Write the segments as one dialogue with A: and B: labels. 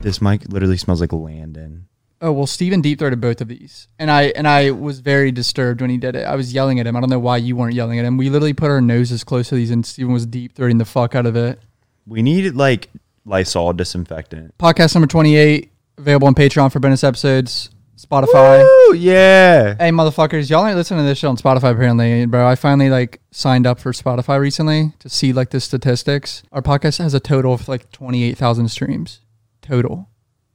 A: This mic literally smells like Landon.
B: Oh well, Steven deep throated both of these, and I and I was very disturbed when he did it. I was yelling at him. I don't know why you weren't yelling at him. We literally put our noses close to these, and Steven was deep throating the fuck out of it.
A: We needed like Lysol disinfectant.
B: Podcast number twenty eight available on Patreon for bonus episodes, Spotify.
A: Woo, yeah.
B: Hey motherfuckers, y'all ain't listening to this shit on Spotify apparently, bro. I finally like signed up for Spotify recently to see like the statistics. Our podcast has a total of like twenty eight thousand streams, total,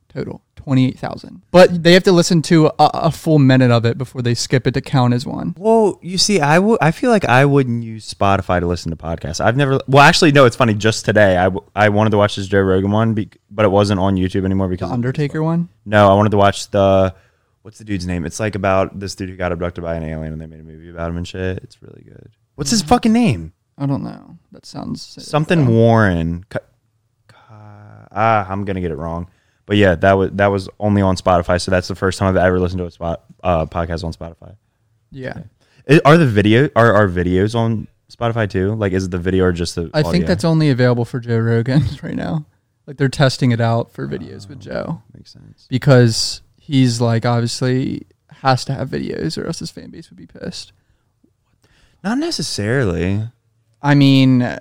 B: total twenty eight thousand. But they have to listen to a, a full minute of it before they skip it to count as one.
A: Well, you see, I wo- I feel like I wouldn't use Spotify to listen to podcasts. I've never. Well, actually, no. It's funny. Just today, I, w- I wanted to watch this Joe Rogan one, be- but it wasn't on YouTube anymore because
B: Undertaker one.
A: No, I wanted to watch the what's the dude's name? It's like about this dude who got abducted by an alien and they made a movie about him and shit. It's really good. What's his fucking name?
B: I don't know. That sounds
A: Something Warren. Ca- Ca- Ah, I'm gonna get it wrong. But yeah, that was that was only on Spotify. So that's the first time I've ever listened to a spot uh, podcast on Spotify.
B: Yeah.
A: I- are the video are our videos on Spotify too? Like, is it the video or just the?
B: I think
A: audio?
B: that's only available for Joe Rogan right now. Like they're testing it out for videos with Joe
A: makes sense.
B: because he's like obviously has to have videos or else his fan base would be pissed.
A: Not necessarily.
B: I mean, uh,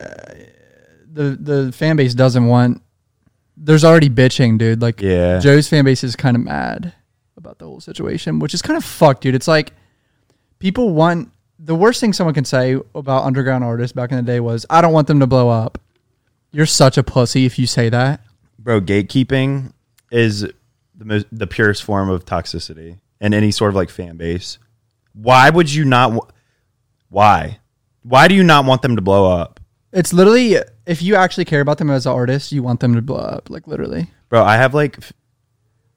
B: the the fan base doesn't want. There's already bitching, dude. Like
A: Yeah.
B: Joe's fan base is kind of mad about the whole situation, which is kind of fucked, dude. It's like people want the worst thing someone can say about underground artists back in the day was, "I don't want them to blow up." You're such a pussy if you say that.
A: bro gatekeeping is the most the purest form of toxicity in any sort of like fan base why would you not wa- why why do you not want them to blow up
B: It's literally if you actually care about them as an artist, you want them to blow up, like literally.
A: bro i have like f-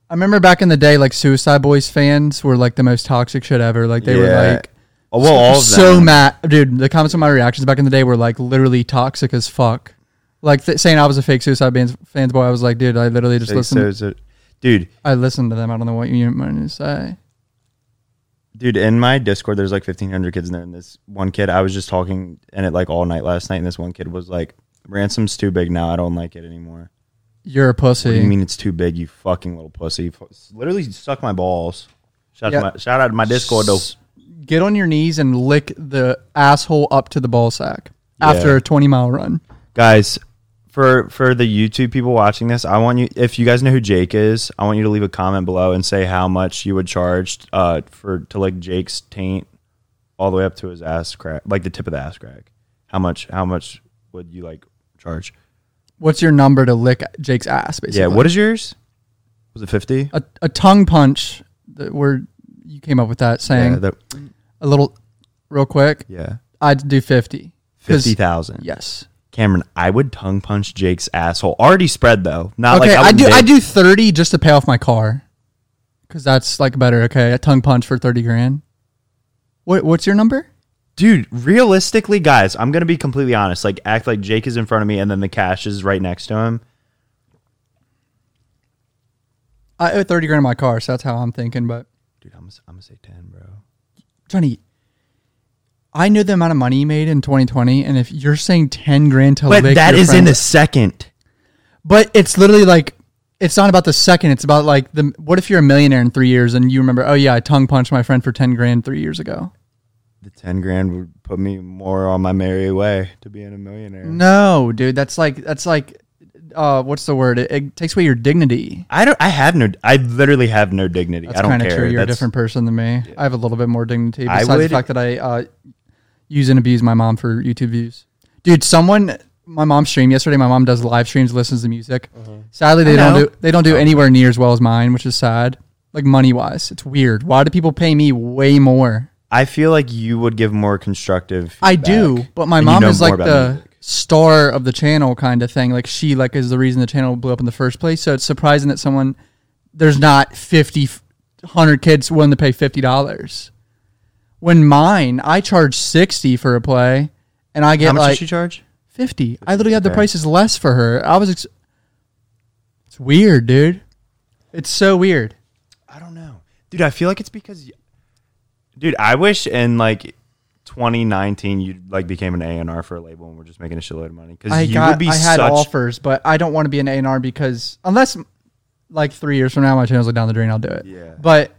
B: I remember back in the day, like Suicide Boys fans were like the most toxic shit ever. Like they
A: Yeah.
B: were like
A: oh, well all of
B: so
A: them.
B: mad, dude. The comments on my reactions back in the day were like literally toxic as fuck. Like th- saying I was a fake Suicide Bands fans boy, I was like, dude, I literally just
A: Like,
B: listened.
A: so- so- dude
B: I listened to them. I don't know what you want me to say.
A: dude in my discord there's like 1500 kids in there and this one kid i was just talking in it like all night last night and this one kid was like ransom's too big now i don't like it anymore
B: You're a pussy.
A: what do you mean it's too big you fucking little pussy Fu- literally suck my balls shout,
B: Yeah.
A: out, to my, shout out to my discord though
B: Get on your knees and lick the asshole up to the ball sack after
A: Yeah.
B: a 20 mile run.
A: guys for for the youtube people watching this i want you if you guys know who jake is i want you to leave a comment below and say how much you would charge uh for to like jake's taint all the way up to his ass crack like the tip of the ass crack how much how much would you like charge
B: What's your number to lick Jake's ass? Basically,
A: yeah what is yours was it 50
B: a, a tongue punch? The word you came up with that saying
A: yeah, that,
B: a little, real quick.
A: yeah
B: I'd do 50. 'Cause-
A: 50000
B: Yes.
A: cameron i would tongue punch jake's asshole already spread though not
B: okay,
A: like
B: I,
A: would
B: do
A: make-
B: I do thirty just to pay off my car, because that's like better. Okay, a tongue punch for thirty grand. What what's your number?
A: Dude, realistically, guys, I'm gonna be completely honest. Like, act like Jake is in front of me, and then the cash is right next to him.
B: I owe thirty grand on my car, so that's how I'm thinking. But
A: Dude, I'm gonna, I'm gonna say ten, bro.
B: Johnny, I know the amount of money you made in 2020, and if you're saying ten grand to
A: But
B: lick
A: that
B: your
A: is in
B: friend-
A: a second.
B: but it's literally like. It's not about the second. It's about like the. What if you're a millionaire in three years and you remember? Oh yeah, I tongue punched my friend for ten grand three years ago.
A: The ten grand would put me more on my merry way to being a millionaire.
B: No, dude, that's like that's like, uh, what's the word? It, it takes away your dignity.
A: I don't. I have no. I literally have no dignity.
B: That's
A: I don't
B: kind of
A: care.
B: true. You're a
A: That's-
B: different person than me. I have a little bit more dignity.
A: I
B: Besides
A: would-
B: the fact that I uh, use and abuse my mom for YouTube views, dude. Someone, my mom streamed yesterday. My mom does live streams, listens to music. Sadly, they
A: Mm-hmm. I
B: don't
A: know.
B: do they don't do anywhere near as well as mine, which is sad. Like money wise, it's weird. Why do people pay me way more?
A: I feel like you would give more constructive.
B: I do,
A: feedback,
B: but my
A: and you
B: mom
A: know
B: is
A: more
B: like
A: about
B: the
A: music.
B: star of the channel kind of thing. Like she like is the reason the channel blew up in the first place. So it's surprising that someone there's not 50 100 kids willing to pay $50. When mine, I charge 60 for a play and I
A: How
B: get
A: much
B: like
A: does she charge?
B: 50. I literally had the
A: Okay.
B: prices less for her. I was ex- It's weird, dude. It's so weird.
A: I don't know, dude. I feel like it's because, y- dude. I wish in like 2019 you like became an A and R for a label and we're just making a shitload of money because
B: I
A: you
B: got
A: would be
B: I had
A: such.
B: offers, but I don't want to be an A&R because unless like three years from now, my channel's like down the drain. I'll do it.
A: Yeah.
B: But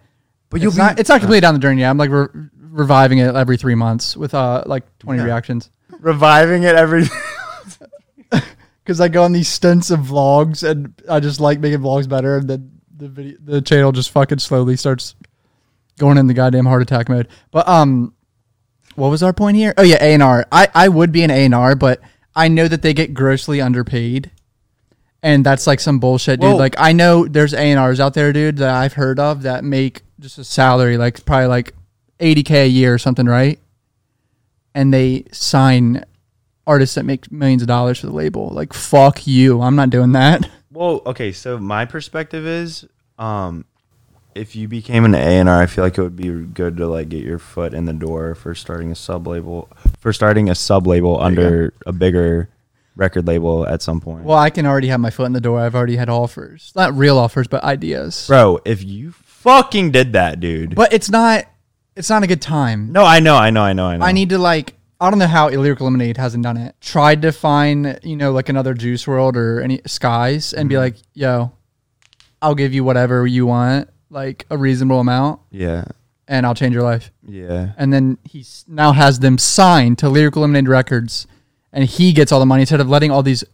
A: But
B: it's not it's not completely down the drain yet. I'm like re- reviving it every three months with uh like 20
A: Yeah.
B: reactions
A: reviving it every.
B: because I go on these stints of vlogs and I just like making vlogs better and then the video the channel just fucking slowly starts going in the goddamn heart attack mode. But um, what was our point here? Oh yeah, A and R. I I would be an A and R, but I know that they get grossly underpaid. And that's like some bullshit, dude.
A: Well-
B: Like I know there's A and R's out there, dude, that I've heard of that make just a salary, like probably like 80k a year or something, right? And they sign artists that make millions of dollars for the label. Like fuck you, I'm not doing that.
A: well, okay. So my perspective is, um, if you became an A and R, I feel like it would be good to like get your foot in the door for starting a sub label, for starting a sub label under a bigger record label at some point.
B: Well, I can already have my foot in the door. I've already had offers, not real offers, but ideas.
A: Bro, if you fucking did that, dude.
B: But it's not, it's not a good time.
A: no, I know, I know, I know, I know.
B: I need to like I don't know how Lyrical Lemonade hasn't done it. Tried to find you know like another Juice World or any Skies and be like, yo, I'll give you whatever you want, like a reasonable amount,
A: Yeah,
B: and I'll change your life.
A: yeah.
B: And then he s- now has them signed to Lyrical Lemonade Records, and he gets all the money instead of letting all these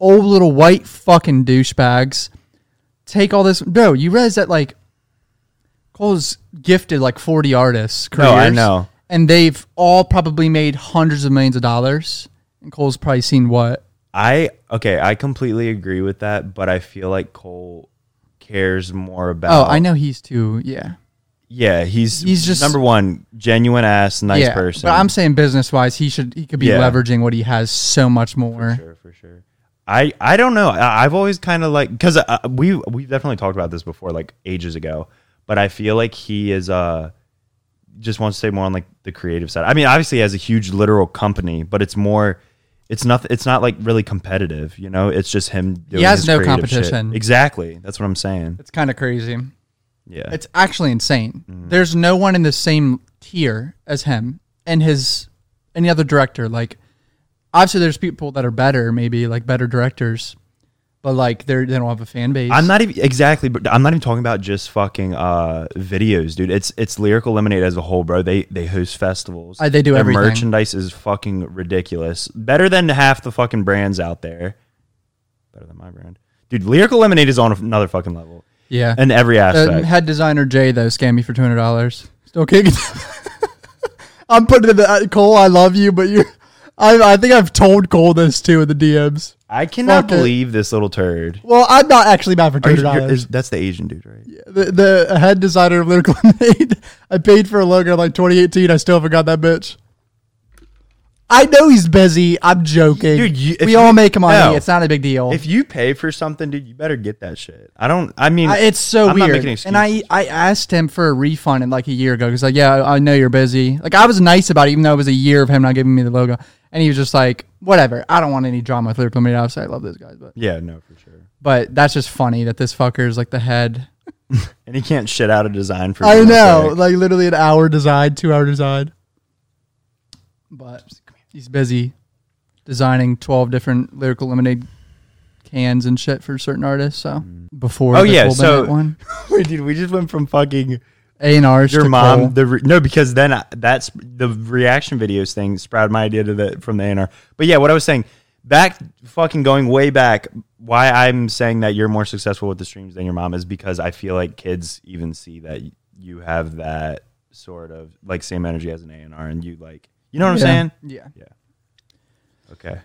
B: old little white fucking douchebags take all this. Bro, you realize that like Cole's gifted like forty artists. Careers,
A: No, I know.
B: and they've all probably made hundreds of millions of dollars. And Cole's probably seen what?
A: I okay, I completely agree with that, but I feel like Cole cares more
B: Oh,
A: about.
B: I know he's too. Yeah,
A: Yeah, he's
B: He's just-
A: number one, genuine ass, nice
B: yeah.
A: person.
B: But I'm saying business wise, he should he could be
A: Yeah.
B: leveraging what he has so much more.
A: sure for sure. I I don't know. I, I've always kind of like because uh, we we definitely talked about this before, like ages ago. But I feel like he is uh just wants to stay more on like the creative side. I mean, obviously, he has a huge literal company, but it's more. It's not. It's not like really competitive, you know. It's just him. Doing
B: has
A: his
B: no
A: creative shit.
B: competition.
A: Exactly. That's what I'm saying.
B: It's kind of crazy.
A: Yeah.
B: It's actually insane.
A: Mm-hmm.
B: There's no one in the same tier as him and his any other director. Like obviously, there's people that are better, maybe like better directors, but like they're they don't have a fan base.
A: I'm not even exactly, but I'm not even talking about just fucking uh, videos, dude. It's it's lyrical lemonade as a whole, bro. They they host festivals.
B: Uh, they do
A: Their
B: everything.
A: Merchandise is fucking ridiculous. Better than half the fucking brands out there. Better than my brand, dude. Lyrical lemonade is on another fucking level
B: Yeah.
A: in every
B: Uh,
A: aspect.
B: head designer Jay though scammed me for two hundred dollars. Still kicking. I'm putting it in the uh, Cole. I love you, but you. I, I think I've told Cole this too in the DMs.
A: I cannot
B: fuck it.
A: believe this little turd.
B: Well, I'm not actually mad for two
A: Are
B: hundred
A: you- you're-
B: dollars.
A: is- that's the Asian dude, right? Yeah.
B: The, the head designer of Lyrical Lemonade. I paid for a logo in like 2018. I still haven't got that bitch. I know he's busy. I'm joking.
A: Dude, you- if
B: we all
A: you-
B: make money.
A: no.
B: It's not a big deal.
A: If you pay for something, dude, you better get that shit. I don't. I mean,
B: I, it's so
A: I'm not
B: weird.
A: making
B: and I, I asked him for a refund in like a year ago because like yeah I, I know you're busy. Like I was nice about it even though it was a year of him not giving me the logo. And he was just like whatever. I don't want any drama with Lyrical Media. Obviously I love those guys, but
A: yeah, no, for sure.
B: but that's just funny that this fucker is like the head.
A: And he can't shit out a design for.
B: I
A: you,
B: know
A: okay?
B: like literally an hour design, two hour design. But he's busy designing twelve different Lyrical Lemonade cans and shit for certain artists. So before
A: Oh,
B: the
A: yeah,
B: Cole
A: so-
B: Bennett one
A: Wait, dude, we just went from fucking
B: A and R's
A: your
B: to
A: mom.
B: Cole.
A: The re- no, because then I, that's the reaction videos thing sprouted my idea to the from the ANR. But yeah, what I was saying back, fucking going way back. Why I'm saying that you're more successful with the streams than your mom is because I feel like kids even see that y- you have that sort of like same energy as an ANR, and you like, you know what I'm
B: Yeah.
A: saying?
B: Yeah.
A: Okay.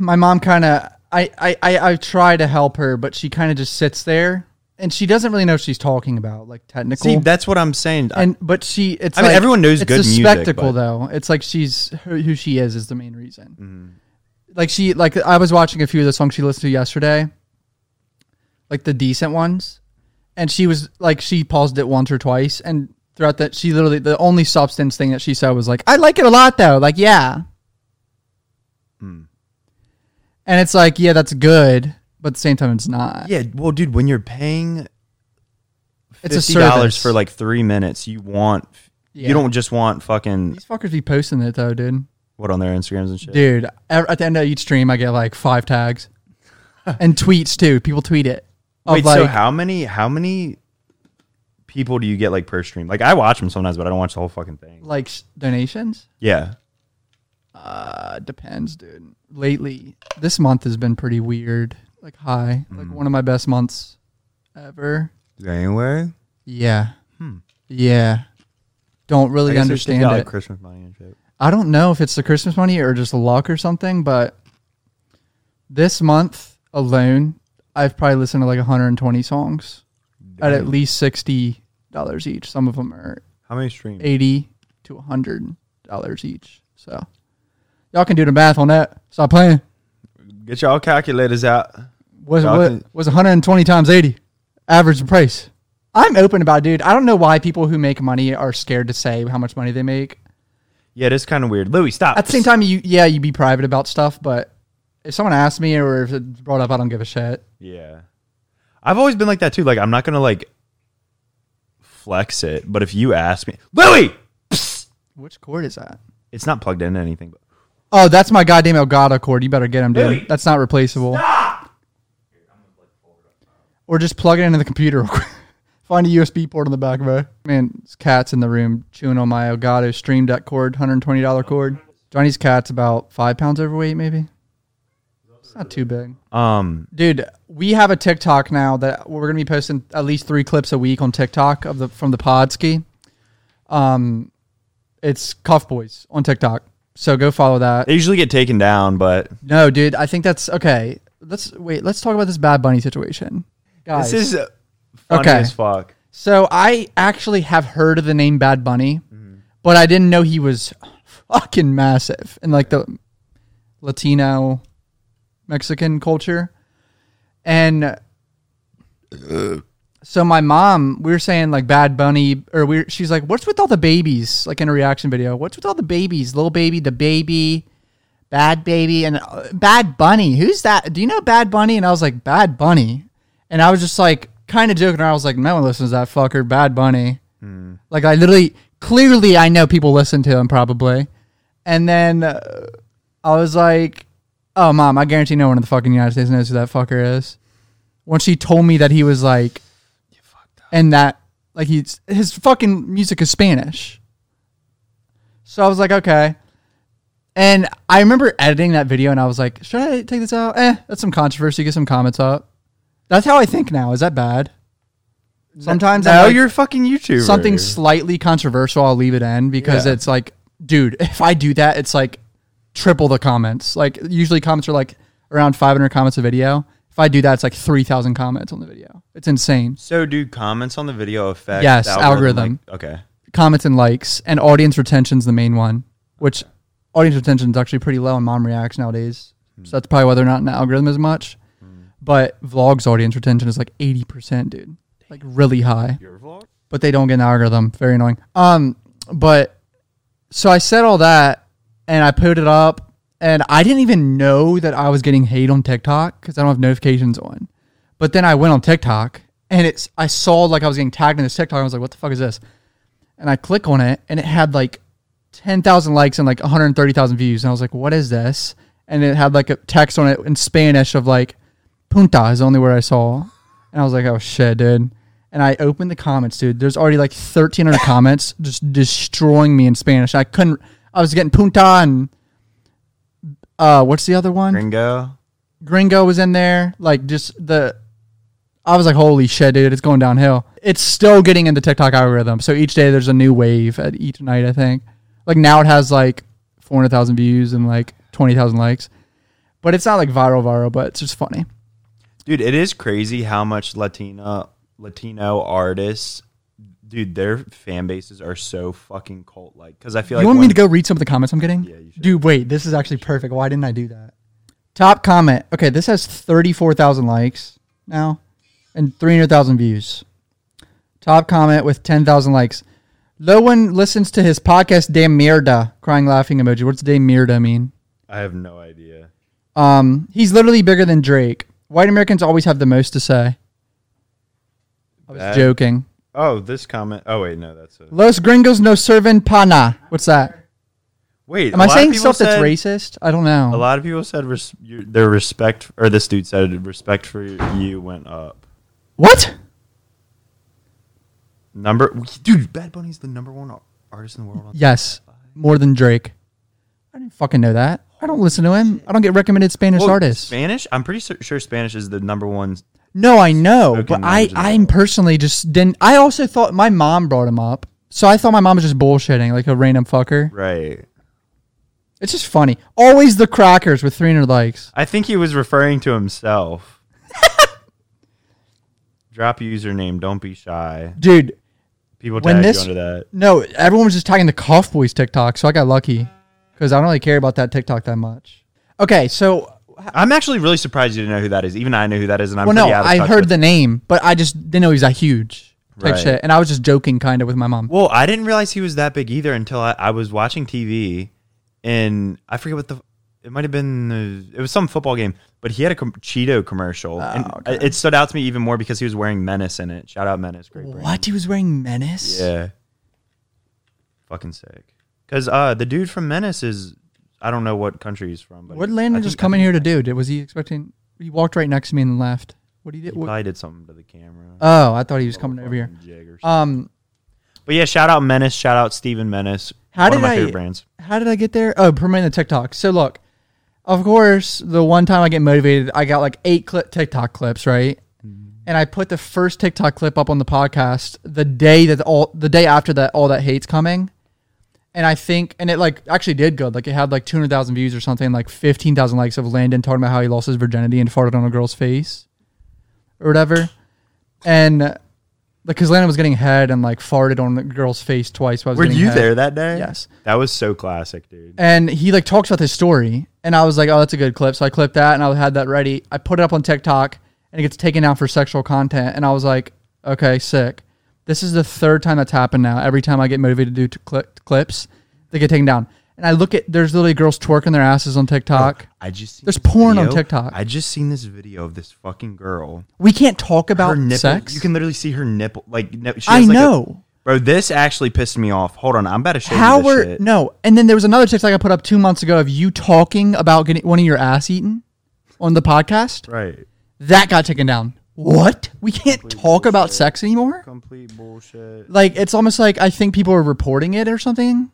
B: my mom kind of I, I i i try to help her but she kind of just sits there and she doesn't really know what she's talking about like technical
A: See, that's what I'm saying. I-
B: and but she it's
A: I mean,
B: like-
A: everyone knows
B: it's
A: good
B: the
A: music, but-
B: spectacle though it's like she's her, who she is is the main reason
A: Mm-hmm.
B: like she like i was watching a few of the songs she listened to yesterday like the decent ones and she was like she paused it once or twice and throughout that she literally the only substance thing that she said was like i like it a lot though like yeah
A: Hmm.
B: and it's like yeah that's good but at the same time it's not
A: yeah, well, dude, when you're paying
B: it's a
A: fifty dollars
B: service.
A: for like three minutes, you want.
B: Yeah.
A: You don't just want fucking
B: these fuckers be posting it though dude
A: what on their Instagrams and shit.
B: Dude, at at the end of each stream, I get like five tags and tweets too. People tweet it. Of
A: Wait,
B: like,
A: so how many how many people do you get like per stream? Like I watch them sometimes, but I don't watch the whole fucking thing.
B: like s- donations?
A: Yeah.
B: Uh, depends, dude. Lately, this month has been pretty weird. Like high, like one of my best months ever.
A: January.
B: Yeah.
A: Hmm.
B: Yeah. Don't really understand
A: got,
B: it.
A: like, Christmas money and shit.
B: I don't know if it's the Christmas money or just luck or something, but this month alone, I've probably listened to like 120 songs at at
A: Damn.
B: least sixty dollars each. Some of them are
A: How many streams?
B: eighty to hundred dollars each. So y'all can do the math on that. Stop playing.
A: Get y'all calculators out.
B: Was
A: Y'all
B: was,
A: can-
B: was 120 times 80 average price? I'm open about, it, dude. I don't know why people who make money are scared to say how much money they make.
A: Yeah, that's kind of weird. Louis, stop.
B: At the same time, you yeah, you be private about stuff, but if someone asks me or if it's brought up, I don't give a shit.
A: Yeah. I've always been like that too. Like I'm not gonna like flex it, but if you ask me, Louis,
B: Which chord is that?
A: it's not plugged into anything. But
B: Oh, that's my goddamn Elgato cord. You better get him, dude.
A: Really?
B: That's not replaceable. Or just plug it into the computer. real quick. Find a USB port on the back of it. Man, it's cats in the room chewing on my Elgato Stream Deck cord, hundred twenty dollar cord. Johnny's cat's about five pounds overweight, maybe. It's not too big,
A: um,
B: dude. We have a TikTok now that we're gonna be posting at least three clips a week on TikTok of the from the Podski. Um, it's Cuff Boys on TikTok, so go follow that.
A: they usually get taken down, but
B: No, dude, I think that's okay. Let's wait. Let's talk about this Bad Bunny situation, guys.
A: this is uh, funny
B: Okay.
A: as fuck.
B: so I actually have heard of the name Bad Bunny, but I didn't know he was fucking massive in like the Latino Mexican culture. And uh, so my mom, we were saying like Bad Bunny, or we she's like, "What's with all the babies?" Like in a reaction video, "What's with all the babies? Little baby, the baby, bad baby, and uh, Bad Bunny. Who's that? Do you know Bad Bunny?" And I was like, "Bad Bunny," and I was just like, kind of joking. around. I was like, "No one listens to that fucker, Bad Bunny." Like I literally, clearly, I know people listen to him probably. And then uh, I was like, "Oh, mom, I guarantee no one in the fucking United States knows who that fucker is." When she told me that he was like and that like he's his fucking music is Spanish. So I was like, okay. And I remember editing that video, and I was like, should I take this out? Eh, that's some controversy. Get some comments up. That's how I think now. Is that bad? Sometimes
A: now
B: I'm like,
A: Oh, you're a fucking YouTuber.
B: something slightly controversial. I'll leave it in because
A: Yeah.
B: it's like, dude, if I do that, it's like triple the comments. Like usually comments are like around 500 comments a video. If I do that, it's like 3,000 comments on the video. It's insane.
A: So do comments on the video affect?
B: Yes,
A: the
B: algorithm.
A: Like, okay.
B: comments and likes, and audience retention's the main one, which audience retention's actually pretty low on mom reacts nowadays. So that's probably why they're not in the algorithm as much. But vlogs audience retention is like eighty percent, dude. Like really high.
A: Your vlog.
B: But they don't get an algorithm. Very annoying. Um, but so I said all that and I put it up and I didn't even know that I was getting hate on TikTok because I don't have notifications on. But then I went on TikTok and it's I saw like I was getting tagged in this TikTok. I was like, what the fuck is this? and I click on it, and it had like 10,000 likes and like 130,000 views. And I was like, what is this? And it had like a text on it in Spanish of like, Punta is the only word I saw. And I was like, oh shit, dude. And I opened the comments, dude. There's already like 1,300 comments just destroying me in Spanish. I couldn't, I was getting Punta and uh, what's the other one?
A: Gringo.
B: Gringo was in there. Like just the I was like, holy shit, dude, it's going downhill. It's still getting in the TikTok algorithm. So each day there's a new wave at each night, I think. Like now it has like four hundred thousand views and like twenty thousand likes. But it's not like viral viral, but it's just funny.
A: Dude, it is crazy how much Latina Latino artists, dude, their fan bases are so fucking cult like. Because I feel like
B: you want me
A: one-
B: to go read some of the comments I'm getting?
A: Yeah, you should.
B: Dude, wait, this is actually perfect. Why didn't I do that? Top comment. Okay, this has 34,000 likes now and 300,000 views. Top comment with 10,000 likes. No one listens to his podcast de mierda. Crying laughing emoji. What's de mierda mean?
A: I have no idea.
B: Um, he's literally bigger than Drake. White Americans always have the most to say. I was
A: That-
B: joking.
A: Oh, this comment. Oh wait, no, that's a
B: Los gringos no serven pana. What's that?
A: wait.
B: Am
A: I
B: I saying stuff that's racist? I don't know.
A: A lot of people said res- your, their respect, or this dude said respect for you went up.
B: What?
A: Number dude, Bad Bunny's the number one ar- artist in the world. On
B: Yes, more than Drake. I didn't fucking know that. I don't listen to him. I don't get recommended Spanish
A: Well,
B: artists.
A: Spanish. I'm pretty sur- sure Spanish is the number one.
B: No, I know, but
A: Spoken
B: I
A: language in the
B: I'm
A: world.
B: personally just didn't. I also thought my mom brought him up, so I thought my mom was just bullshitting, like a random fucker.
A: Right.
B: It's just funny. Always the crackers with 300 likes.
A: I think he was referring to himself. Drop your username. Don't be shy.
B: Dude,
A: People
B: When
A: tag
B: this-
A: you under that.
B: no, everyone was just talking the Cough Boys TikTok, so I got lucky because I don't really care about that TikTok that much. Okay, so
A: I'm actually really surprised you didn't know who that is. Even I know who that is, and I'm
B: well, no,
A: pretty out of
B: I
A: touch
B: heard
A: with-
B: the name, but I just didn't know he's that huge type
A: Right.
B: shit, and I was just joking kind of with my mom.
A: Well, I didn't realize he was that big either until I, I was watching TV, and I forget what the it might have been. The, it was some football game, but he had a com- Cheeto commercial, and
B: Ah, okay.
A: it- it stood out to me even more because he was wearing Menace in it. Shout out Menace, great brand.
B: What he was wearing menace?
A: Yeah, fucking sick. Because uh, the dude from Menace is I don't know what country he's from, but
B: What did Landon
A: I
B: just
A: think-
B: come
A: I
B: in
A: think
B: here to do? Did, was he expecting? He walked right next to me and left. What did he
A: He
B: do? What-
A: probably did something to the camera.
B: oh, I thought he was coming over here.
A: Jig or something.
B: Um,
A: but yeah, shout out Menace. Shout out Steven Menace. one
B: How did
A: of my
B: I-
A: favorite brands.
B: how did I get there? Oh, promoting the TikTok. So look, of course, the one time I get motivated, I got like eight clip TikTok clips, right?
A: Mm-hmm.
B: And I put the first TikTok clip up on the podcast the day that all the day after that all that hates coming. And I think, and it like actually did good. Like it had like 200,000 views or something, like 15,000 likes of Landon talking about how he lost his virginity and farted on a girl's face or whatever. And like, because Landon was getting head and like farted on the girl's face twice. While I was
A: Were
B: getting
A: you
B: head.
A: there that day?
B: Yes.
A: That was so classic, dude.
B: and he like talks about this story and i was like oh that's a good clip so i clipped that and i had that ready i put it up on tiktok and it gets taken down for sexual content and i was like okay sick this is the third time that's happened now every time i get motivated to do t- cli- clips they get taken down and i look at there's literally girls twerking their asses on tiktok
A: I just seen
B: There's
A: this
B: porn on
A: video-
B: TikTok.
A: I just seen this video of this fucking girl.
B: we can't talk about
A: her nipple.
B: sex
A: You can literally see her nipple. Like no, she
B: i
A: has like a-
B: know
A: bro, this actually pissed me off. Hold on, I'm about to show
B: how
A: you this
B: we're
A: shit.
B: no and then there was another tiktok i put up two months ago of you talking about getting wanting your ass eaten on the podcast
A: Right.
B: That got taken down. What? We can't talk about sex anymore?
A: Complete bullshit.
B: Like it's almost like I think people are reporting it or something.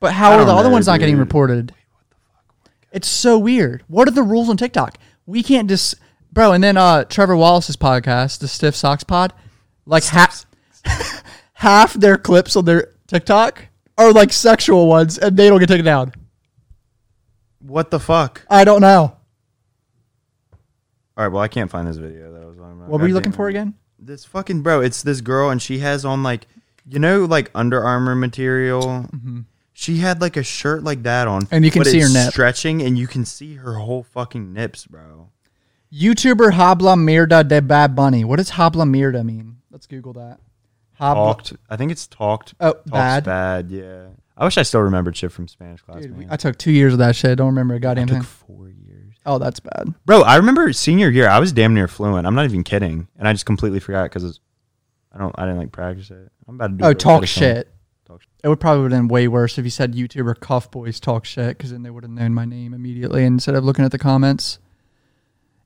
B: But how
A: I
B: are
A: don't
B: the other
A: know,
B: ones not getting
A: dude.
B: reported?
A: Oh
B: It's so weird. What are the rules on TikTok? We can't just Bro, and then uh Trevor Wallace's podcast, the Stiff Socks Pod, like half half their clips on their TikTok are like sexual ones and they don't get taken down.
A: What the fuck?
B: I don't know.
A: All right. Well, I can't find this video. That was on my
B: What were
A: goddamn-
B: you looking for again?
A: This fucking bro. It's this girl, and she has on like, you know, like Under Armour material. She had like a shirt like that on,
B: Mm-hmm. And you can
A: but
B: see
A: it's
B: her nip.
A: stretching, and you can see her whole fucking nips, bro.
B: YouTuber Habla Mierda de Bad Bunny. What does Habla Mierda mean? Let's Google that. Habla.
A: talked. I think it's talked.
B: Oh,
A: talks
B: bad.
A: Yeah. I wish I still remembered shit from Spanish class.
B: Dude, we-
A: man.
B: I took two years of that shit. Don't remember a goddamn
A: It took
B: thing.
A: four years,
B: Oh, that's bad.
A: bro. I remember senior year. I was damn near fluent. I'm not even kidding, and I just completely forgot because I don't. I didn't like practice it. I'm about to do.
B: Oh,
A: it.
B: talk
A: Gotta show 'em.
B: shit.
A: Talk sh-
B: It would probably have been way worse if you said YouTuber Cuff Boys talk shit because then they would have known my name immediately instead of looking at the comments.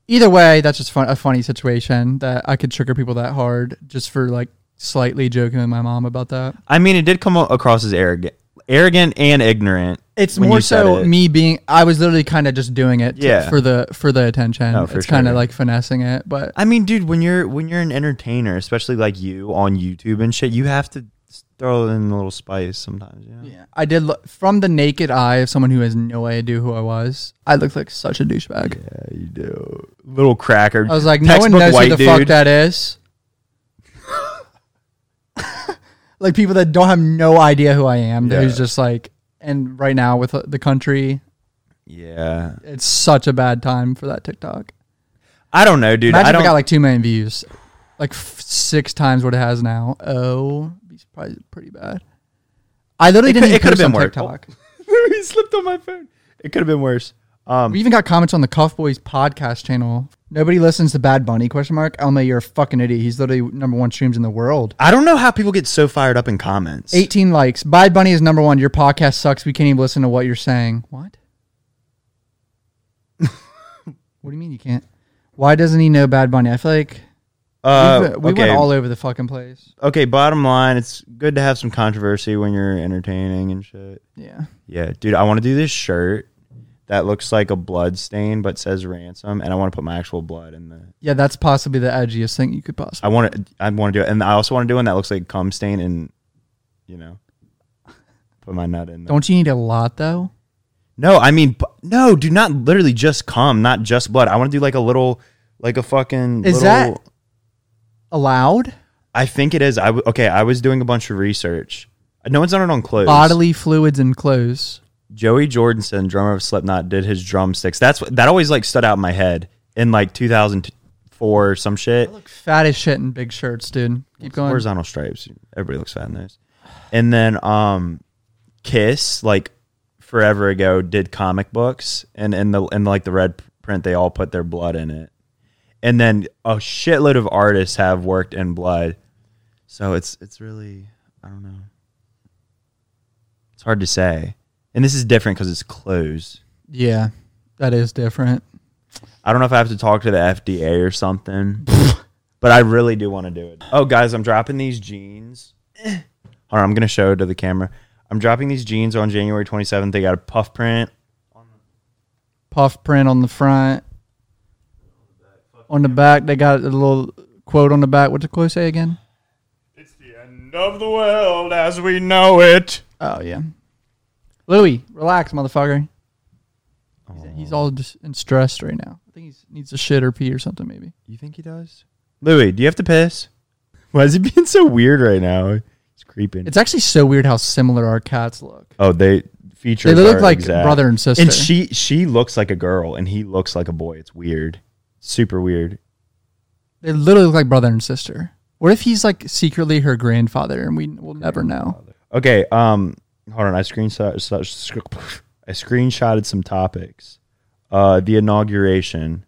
B: Either way, that's just fun, a funny situation that I could trigger people that hard just for like slightly joking with my mom about that.
A: I mean, it did come o- across as arrogant, arrogant and ignorant.
B: It's
A: when
B: more
A: you said
B: so
A: it.
B: me being. I was literally kind of just doing it to-
A: Yeah.
B: for the for the attention.
A: Oh, for
B: it's kind of
A: sure.
B: like finessing it, but
A: I mean, dude, when you're when you're an entertainer, especially like you on YouTube and shit, you have to s- throw in a little spice sometimes. You know?
B: yeah. I did look, from the naked eye of someone who has no idea who I was. I looked like such a douchebag.
A: Yeah, you do. Little cracker.
B: I was like, no one
A: Textbook
B: knows who
A: white
B: the
A: dude.
B: fuck that is. like people that don't have no idea who I am.
A: Yeah.
B: Who's just like, and right now with uh, the country,
A: Yeah,
B: it's such a bad time for that TikTok.
A: I don't know, dude.
B: Imagine
A: I
B: if
A: don't.
B: it got like two million views, like f- six times what it has now. Oh, be probably pretty bad. I literally
A: It
B: didn't.
A: could-
B: even
A: it could have
B: post
A: been
B: on
A: worse.
B: TikTok.
A: he slipped on my phone. It could have been worse. Um,
B: We even got comments on the Cuff Boys podcast channel. Nobody listens to Bad Bunny? Question mark. Elma, you're a fucking idiot. He's literally number one streams in the world.
A: I don't know how people get so fired up in comments.
B: 18 likes. Bad Bunny is number one. Your podcast sucks. We can't even listen to what you're saying. What? what do you mean you can't? Why doesn't he know Bad Bunny? I feel like
A: Uh,
B: we
A: okay.
B: went all over the fucking place.
A: okay. Bottom line, it's good to have some controversy when you're entertaining and shit.
B: Yeah.
A: Yeah, dude, I want to do this shirt that looks like a blood stain but says ransom, and I want to put my actual blood in the.
B: Yeah, that's possibly the edgiest thing you could possibly.
A: I want to. I want to do it, and I also want to do one that looks like cum stain, and you know, put my nut in. There.
B: Don't you need a lot though?
A: No, I mean, bu- no, do not literally just cum, not just blood. I want to do like a little, like a fucking. little,
B: Is that- Allowed?
A: I think it is. I w- okay. I was doing a bunch of research. No one's done it on clothes.
B: Bodily fluids and clothes.
A: Joey Jordison, drummer of Slipknot, did his drumsticks. That's what that always like stood out in my head in like 2004 or some shit.
B: Fat as shit in big shirts, dude. Keep going.
A: Horizontal stripes. Everybody looks fat in those. And then um, Kiss, like forever ago, did comic books, and in the in like the red print, they all put their blood in it. And then a shitload of artists have worked in blood, so it's it's really I don't know. It's hard to say, and this is different because it's clothes.
B: Yeah, that is different.
A: I don't know if I have to talk to the FDA or something, but I really do want to do it. Oh, guys, I'm dropping these jeans. All right, I'm going to show it to the camera. I'm dropping these jeans on January 27th. They got a puff print.
B: Puff print on the front. On the back, they got a little quote on the back. What's the quote say again?
C: It's the end of the world as we know it.
B: Oh yeah. Louis, relax, motherfucker. He's, he's all just in stress right now. I think he needs a shit or pee or something, maybe.
A: You think he does? Louis, do you have to piss? Why is he being so weird right now? He's creeping.
B: It's actually so weird how similar our cats look.
A: oh, they feature.
B: They look like brother and sister.
A: And she she looks like a girl, and he looks like a boy. It's weird, super weird.
B: They literally look like brother and sister. What if he's like secretly her grandfather and we will never know?
A: Okay. Um. Hold on. I screenshot. so- sc- I screenshotted some topics. Uh, the inauguration.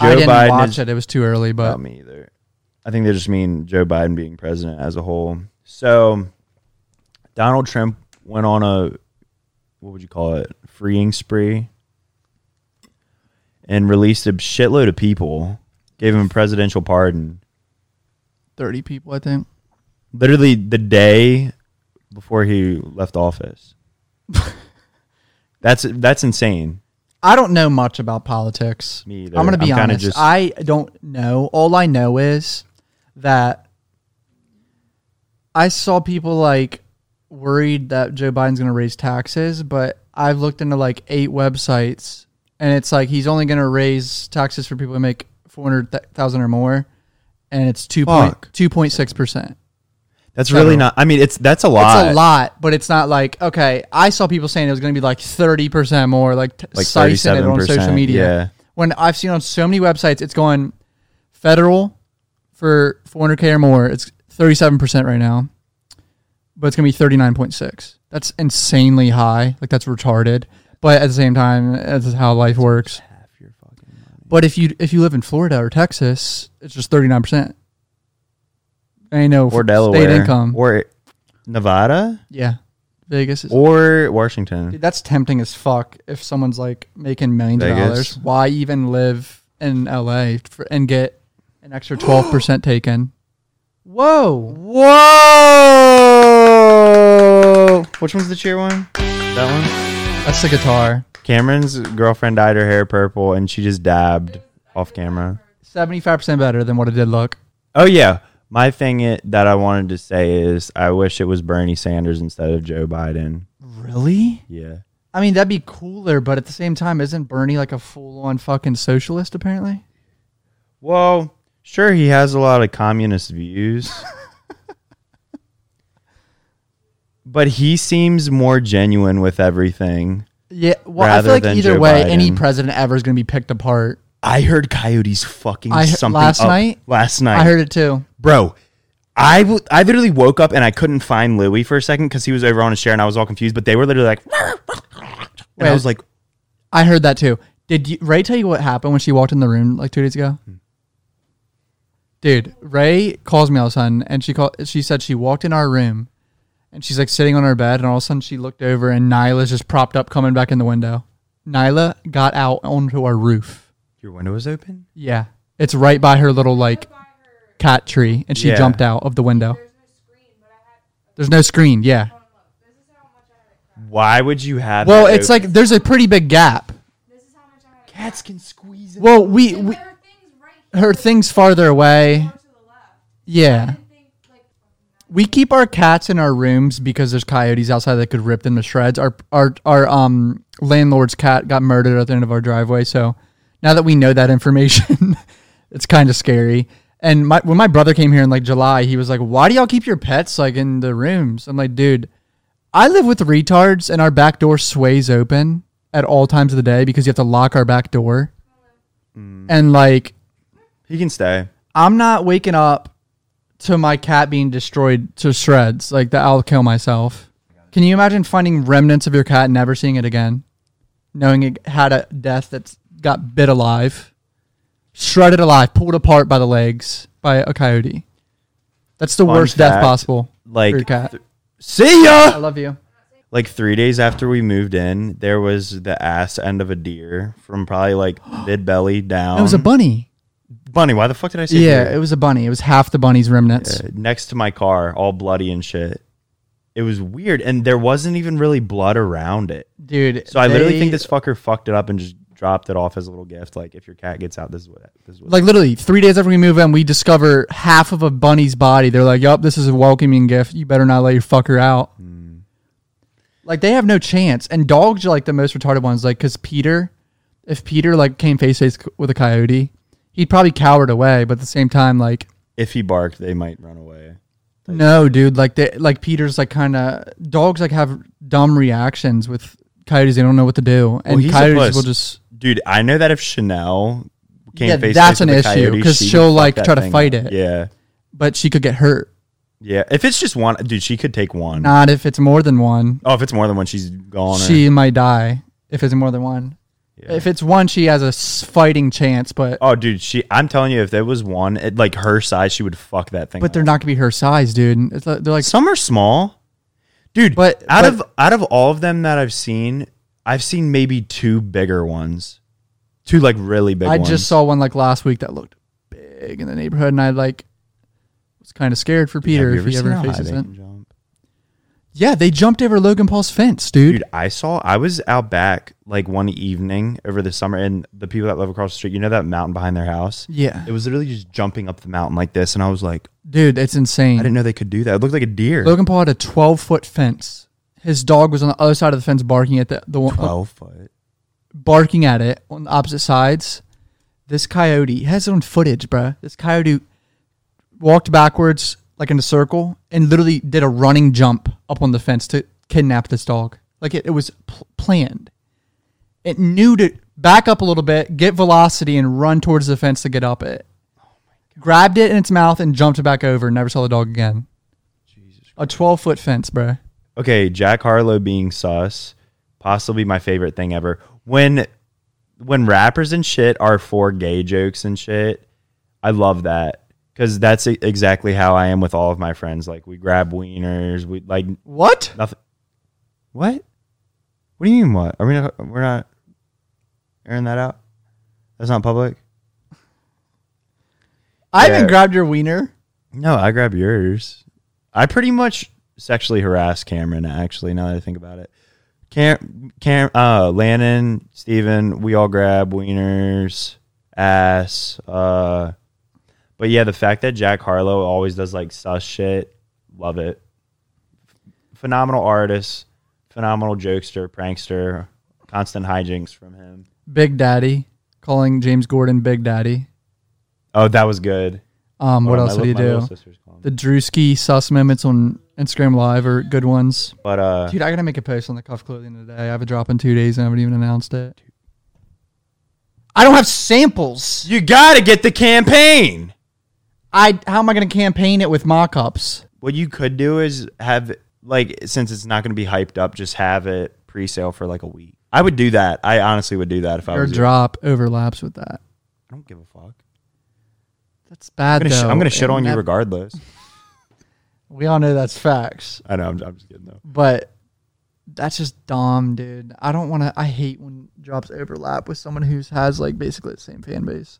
B: I didn't
A: Biden
B: watch
A: is- um,
B: it. It was too early, but
A: Not me either. I think they just mean Joe Biden being president as a whole. So Donald Trump went on a what would you call it? Freeing spree and released a shitload of people. Gave him a presidential pardon.
B: 30 people, I think.
A: Literally the day before he left office. that's that's insane.
B: I don't know much about politics.
A: Me either.
B: I'm going to be
A: I'm kinda
B: honest.
A: just-
B: I don't know. All I know is that I saw people like worried that Joe Biden's going to raise taxes, but I've looked into like eight websites and it's like he's only going to raise taxes for people who make 400,000 or more and it's 2
A: Fuck.
B: 2.6%.
A: That's really
B: Federal.
A: not. I mean, it's that's a lot.
B: It's a lot, but it's not like okay. I saw people saying it was going to be like thirty percent more, like, t-
A: Like
B: slicing it on
A: 37%,
B: social media.
A: yeah.
B: When I've seen on so many websites, it's going federal for four hundred k or more. It's thirty seven percent right now, but it's going to be thirty nine point six. That's insanely high. Like that's retarded. But at the same time, that's how life works.
A: Half your fucking money.
B: But if you if you live in Florida or Texas, it's just thirty nine percent. Ain't no
A: Or
B: f-
A: Delaware.
B: state income.
A: Or Nevada.
B: yeah, Vegas is
A: or Washington.
B: Dude, that's tempting as fuck. If someone's like making millions of
A: Vegas.
B: dollars, why even live in LA for, and get an extra twelve percent taken? Whoa!
A: Whoa! Which one's the cheer one? That
B: That's the guitar.
A: one. Cameron's girlfriend dyed her hair purple, and she just dabbed off camera.
B: Seventy-five percent better than what it did look.
A: Oh yeah, my thing i that I wanted to say is I wish it was Bernie Sanders instead of Joe Biden.
B: Really?
A: Yeah,
B: I mean, that'd be cooler, but at the same time, isn't Bernie like a full-on fucking socialist? Apparently,
A: Well, sure, he has a lot of communist views. but he seems more genuine with everything.
B: yeah. Well,
A: Rather
B: I feel
A: than
B: like either
A: Joe
B: way, any
A: Biden.
B: president ever is going to be picked apart.
A: I heard coyotes fucking
B: I he-
A: something
B: last
A: up
B: night?
A: Last night,
B: I heard it too.
A: bro. I, w- I literally woke up and I couldn't find Louis for a second because he was over on his chair and I was all confused. But they were literally like, and I
B: Wait.
A: was like,
B: I heard that too. Did you, Ray tell you what happened when she walked in the room like two days ago?
A: Hmm.
B: Dude, Ray calls me all of a sudden, and she called. She said she walked in our room, and she's like sitting on her bed, and all of a sudden she looked over, and Nyla's just propped up, coming back in the window. Nyla got out onto our roof.
A: "Your window was open."
B: Yeah, It's right by her little like cat tree, and she
A: Yeah.
B: jumped out of the window. There's no screen. Yeah.
A: Why would you have?
B: Well,
A: that
B: it's
A: open?
B: like there's a pretty big gap.
A: cats can squeeze it.
B: Well, we, we
D: There are things right here
B: her thing's farther away.
D: to the left.
B: Yeah.
D: I think, like,
B: We keep our cats in our rooms because there's coyotes outside that could rip them to shreds. Our our our um landlord's cat got murdered at the end of our driveway, so now that we know that information, it's kind of scary. And my when my brother came here in like July, he was like, "Why do y'all keep your pets like in the rooms?" I'm like, "Dude, I live with retards, and our back door sways open at all times of the day because you have to lock our back door." And like
A: He can stay.
B: I'm not waking up to my cat being destroyed to shreds. Like that, I'll kill myself. Can you imagine finding remnants of your cat and never seeing it again, knowing it had a death that's got bit alive, shredded alive, pulled apart by the legs by a coyote? That's the
A: Fun
B: worst death
A: fact,
B: possible.
A: like,
B: for your cat.
A: See
B: I
A: ya.
B: love you.
A: Like three days after we moved in, there was the ass end of a deer from probably like mid belly down.
B: It was a bunny.
A: bunny. Why the fuck did I say?
B: Yeah,
A: deer?
B: it was a bunny. It was half the bunny's remnants.
A: uh, next to my car, all bloody and shit. It was weird, and there wasn't even really blood around it.
B: Dude.
A: So I literally
B: they-
A: think this fucker fucked it up and just dropped it off as a little gift. Like, if your cat gets out, this is what. This is what
B: like literally three days after we move in, we discover half of a bunny's body. They're like, "Yup, this is a welcoming gift. You better not let your fucker out."
A: Hmm.
B: Like they have no chance. And dogs are like the most retarded ones. Like because Peter, if Peter like came face to face with a coyote, he'd probably cowered away. But at the same time, like
A: if he barked, they might run away.
B: no, dude. Like they like Peter's like kind of dogs like have dumb reactions with coyotes. They don't know what to do, and
A: he's a
B: coyotes
A: puss.
B: will just.
A: Dude, I know that if Chanel came
B: Yeah,
A: face,
B: that's
A: to
B: an
A: face with
B: issue,
A: a coyote,
B: 'cause
A: she would
B: she'll,
A: fuck
B: like,
A: that
B: try to
A: thing
B: fight
A: up.
B: it.
A: Yeah,
B: But she could get hurt.
A: yeah. If it's just one, dude, she could take one.
B: Not if it's more than one.
A: Oh, if it's more than one, she's gone. or-
B: she might die if it's more than one.
A: Yeah.
B: If it's one, she has a s- fighting chance, but
A: oh, dude, she. I'm telling you, if there was one, it, like her size, she would fuck that thing.
B: but they're
A: up.
B: not gonna be her size, dude. It's like, they're like
A: Some are small, dude.
B: But-
A: But out
B: but-
A: of out of all of them that I've seen, I've seen maybe two bigger ones, two like really big.
B: I
A: ones.
B: just saw one like last week that looked big in the neighborhood, and I like was kind of scared for
A: Have
B: Peter
A: you
B: if he
A: seen
B: ever
A: how high
B: faces
A: they
B: it.
A: can jump?
B: Yeah, they jumped over Logan Paul's fence, dude.
A: Dude, I saw. I was out back like one evening over the summer, and the people that live across the street, you know that mountain behind their house.
B: Yeah,
A: It was literally just jumping up the mountain like this, and I was like,
B: dude, it's
A: I didn't
B: insane.
A: know they could do that. It looked like a deer.
B: Logan Paul had a twelve foot fence. His dog was on the other side of the fence barking at the the one,
A: Twelve Oh, foot.
B: barking at it on the opposite sides. This coyote it has its own footage, bruh. This coyote walked backwards like in a circle and literally did a running jump up on the fence to kidnap this dog. Like it, it was pl- planned. It knew to back up a little bit, get velocity, and run towards the fence to get up it. Grabbed it in its mouth and jumped back over. Never saw the dog again. a twelve foot fence, bruh.
A: okay, Jack Harlow being sus, possibly my favorite thing ever. When when rappers and shit are for gay jokes and shit, I love that because that's e- exactly how I am with all of my friends. Like we grab wieners, we like
B: What?
A: nothing. What? What do you mean? What are we? Not, we're not airing that out. That's not public.
B: I haven't
A: Yeah.
B: grabbed your wiener.
A: No, I grab yours. I pretty much sexually harass Cameron. Actually, now that I think about it, Cam, Cam, uh, Lannon, Steven, we all grab wieners, ass. Uh, but yeah, the fact that Jack Harlow always does like sus shit, love it. Phenomenal artist, phenomenal jokester, prankster, constant hijinks from him.
B: Big Daddy, calling James Gordon Big Daddy.
A: Oh, that was good.
B: Um, what
A: Hold on,
B: else
A: my
B: did
A: li-
B: he
A: my little
B: do?
A: sister's calling me.
B: The Drewski sus moments on Instagram Live are good ones.
A: But uh,
B: Dude, I gotta make a post on the cuff clothing today. I have a drop in two days and I haven't even announced it. I don't have samples.
A: you gotta get the campaign.
B: I how am I gonna campaign it with mock-ups?
A: What you could do is have like since it's not going to be hyped up, just have it pre-sale for like a week. I would do that. I honestly would do that if I
B: Your
A: was. you.
B: drop overlaps with that.
A: I don't give a fuck.
B: That's bad
A: I'm gonna, sh-
B: though.
A: I'm gonna shit on
B: And
A: you
B: that-
A: regardless.
B: We all know that's facts,
A: I know. I'm, I'm just kidding though.
B: but that's just dumb, dude. I don't wanna I hate when drops overlap with someone who's has like basically the same fan base.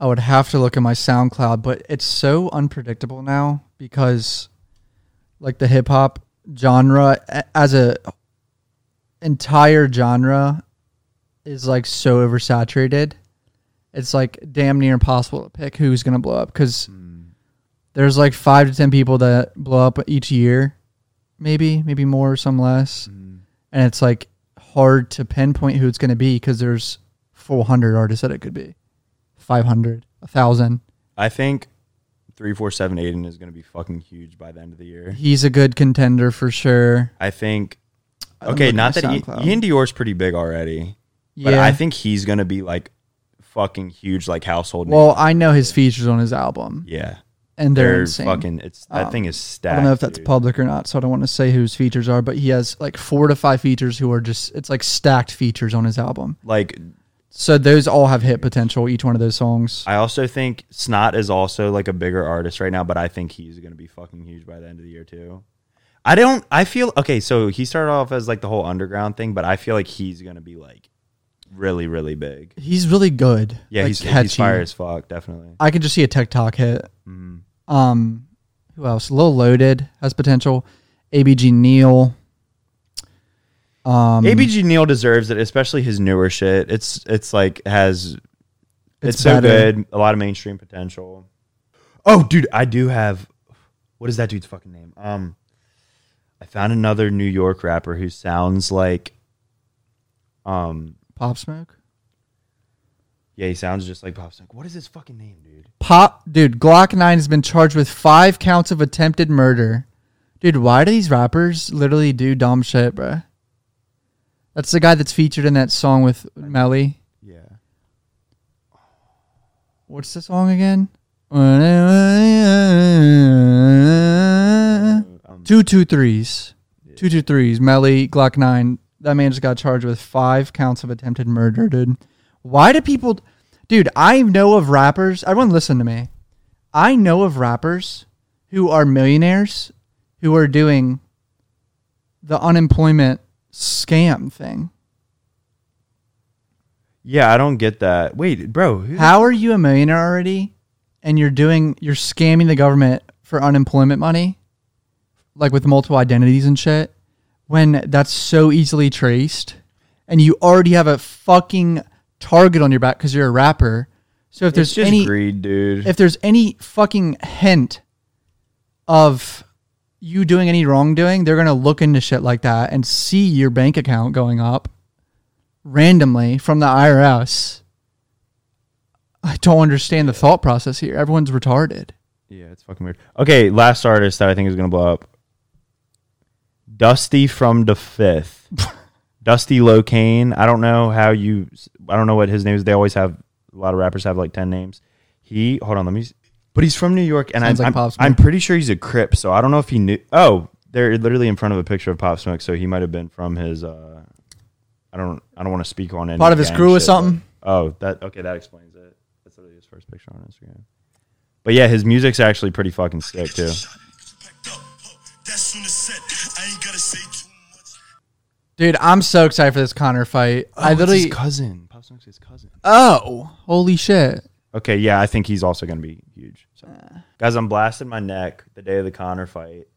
B: I would have to look at my SoundCloud, but it's so unpredictable now because, like, the hip hop genre a- as a entire genre is like so oversaturated. It's like damn near impossible to pick who's gonna blow up because there's like five to ten people that blow up each year, maybe, maybe more, some less,
A: Mm.
B: and it's like hard to pinpoint who it's gonna be because there's 400 artists that it could be, 500, 1,000.
A: I think three, four, seven, Aiden is going to be fucking huge by the end of the year.
B: He's a good contender for sure.
A: I think.
B: I'm
A: Okay,
B: looking
A: not
B: at
A: that I-
B: SoundCloud.
A: Ian Dior's pretty big already, but
B: yeah.
A: I think he's going to be like fucking huge, like household. name.
B: well, I know his features on his album,
A: yeah,
B: and they're, insane.
A: fucking. It's that
B: Um,
A: thing is
B: I
A: stacked.
B: don't know if that's
A: dude.
B: public or not, so I don't want to say whose features are, but he has like four to five features who are just it's like stacked features on his album.
A: like.
B: So those all have hit potential, each one of those songs.
A: I also think Snot is also like a bigger artist right now, but I think he's going to be fucking huge by the end of the year too. I don't. I feel okay. So he started off as like the whole underground thing, but I feel like he's going to be like really, really big.
B: He's really good.
A: Yeah,
B: like,
A: he's,
B: catchy.
A: he's fire as fuck, definitely.
B: I could just see a TikTok hit. Um, who else? Lil Loaded has potential. ABG Neil. Um,
A: ABG Neil deserves it, especially his newer shit. It's it's like has it's,
B: It's
A: so
B: better.
A: good, a lot of mainstream potential. Oh, dude, I do have what is that dude's fucking name? Um, I found another New York rapper who sounds like, um,
B: Pop Smoke.
A: yeah, he sounds just like Pop Smoke. What is his fucking name, dude?
B: Pop, dude. Glock Nine has been charged with five counts of attempted murder. Dude, why do these rappers literally do dumb shit, bruh? That's the guy that's featured in that song with Melly.
A: Yeah,
B: What's the song again? Uh,
A: um,
B: Two two threes. Two two threes. Melly, Glock nine. That man just got charged with five counts of attempted murder, dude. Why do people dude, I know of rappers everyone listen to me. I know of rappers who are millionaires who are doing the unemployment scam thing.
A: yeah, I don't get that. Wait, bro, who,
B: How are you a millionaire already and you're doing you're scamming the government for unemployment money? Like with multiple identities and shit, when that's so easily traced and you already have a fucking target on your back because you're a rapper. So if
A: it's
B: there's
A: just
B: any
A: greed, dude.
B: if there's any fucking hint of you doing any wrongdoing, they're gonna look into shit like that and see your bank account going up randomly from the IRS. I don't understand the thought process here. Everyone's retarded.
A: Yeah, it's fucking weird. Okay, last artist that I think is gonna blow up. Dusty from the fifth. Dusty Locane. I don't know how you. I don't know what his name is. They always have a lot of rappers have like ten names. He hold on, let me. s- But he's from New York, and I,
B: Sounds like
A: am
B: Pop Smoke.
A: I'm pretty sure he's a Crip. So I don't know if he knew. Oh, they're literally in front of a picture of Pop Smoke, so he might have been from his. uh I don't. I don't want to speak on any
B: Part of his
A: gang
B: crew or
A: shit, but-
B: something?
A: oh, that okay. That explains it. That's literally his first picture on Instagram. But yeah, his music's actually pretty fucking sick too.
D: That's soon as said. I ain't gotta say too much.
B: Dude, I'm so excited for this Connor fight. I literally
A: cousin. Pop Smoke's his cousin.
B: Oh. Holy shit.
A: Okay, yeah, I think he's also gonna be huge. So. Guys, I'm blasting my neck the day of the Connor fight,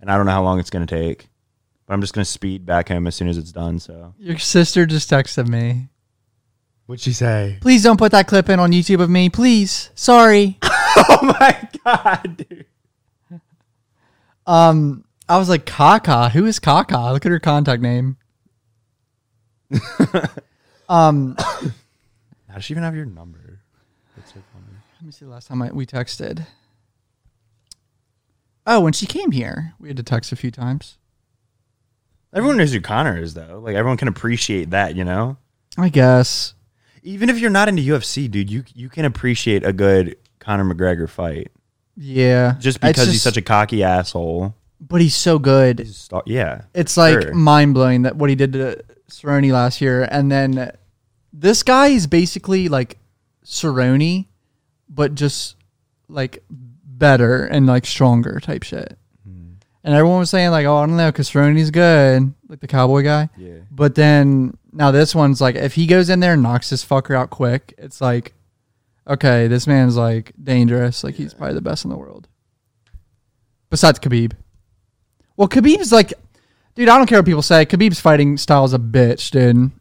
A: and I don't know how long it's gonna take, but I'm just gonna speed back home as soon as it's done. So
B: Your sister just texted me.
A: what'd she say?
B: Please don't put that clip in on YouTube of me, please. Sorry.
A: Oh my god, dude.
B: Um, I was like, Kaka. Who is Kaka? Look at her contact name. um, let
A: How does she even have your number? That's so funny.
B: me see. The last time I, we texted. Oh, when she came here, we had to text a few times.
A: Everyone knows who Connor is though. Like everyone can appreciate that, you know.
B: I guess.
A: Even if you're not into UFC, dude, you you can appreciate a good Connor McGregor fight
B: Yeah.
A: just
B: It's
A: because he's such a cocky asshole.
B: But he's so good.
A: He's a star- yeah,
B: It's like
A: Sure.
B: mind blowing that what he did to Cerrone last year, and then this guy is basically like Cerrone, but just like better and like stronger type shit.
A: Hmm.
B: And everyone was saying like, "Oh, I don't know, because Cerrone's good, like the cowboy guy."
A: yeah.
B: But then now this one's like, if he goes in there and knocks this fucker out quick, it's like okay, this man's like dangerous. Like he's probably the best in the world. Besides Khabib. Well, Khabib's like, dude, I don't care what people say. Khabib's fighting style's a bitch, dude.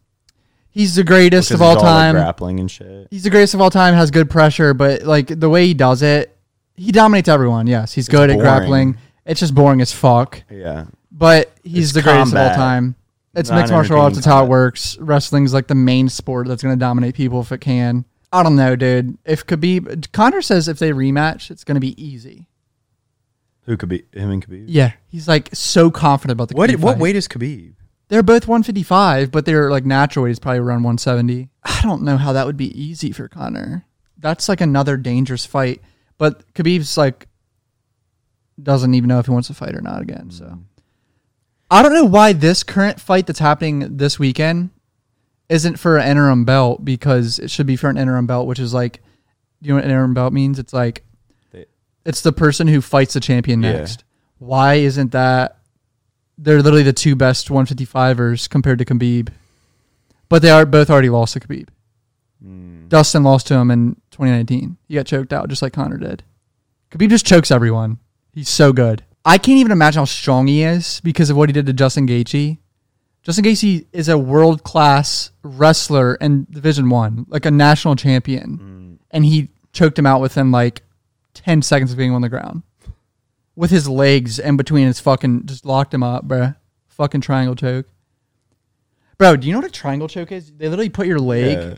B: He's the greatest
A: Because
B: of all
A: it's like,
B: time.
A: grappling and shit.
B: he's the greatest of all time. Has good pressure, but like the way he does it, he dominates everyone. Yes, he's good
A: boring.
B: at grappling. It's just boring as fuck
A: Yeah,
B: but he's
A: It's
B: the greatest of all
A: combat,
B: time. It's
A: not
B: mixed martial
A: entertaining
B: arts. It's how it
A: combat.
B: works. Wrestling's like the main sport that's going to dominate people if it can. I don't know, dude. If Khabib, Connor says if they rematch, it's going to be easy.
A: who could be him and Khabib?
B: Yeah, he's like so confident about the.
A: What
B: Khabib
A: what
B: fight.
A: weight is Khabib?
B: They're both 155, but their like natural weight is probably around 170. I don't know how that would be easy for Connor. That's like another dangerous fight. But Khabib's like doesn't even know if he wants to fight or not again. So
A: Mm.
B: I don't know why this current fight that's happening this weekend isn't for an interim belt because it should be for an interim belt, which is like, you know what interim belt means? It's like,
A: They-
B: it's the person who fights the champion
A: Yeah.
B: next. Why isn't that? They're literally the two best 155ers compared to Khabib, but they are both already lost to Khabib.
A: Hmm.
B: Dustin lost to him in 2019. He got choked out just like Connor did. Khabib just chokes everyone. He's so good. I can't even imagine how strong he is because of what he did to Justin Gaethje. Justin Gaethje is a world class wrestler in Division One, like a national champion, and he choked him out within like ten seconds of being on the ground, with his legs in between his fucking just locked him up, bruh. Fucking triangle choke, bro. Do you know what a triangle choke is? They literally put your leg
A: Yeah.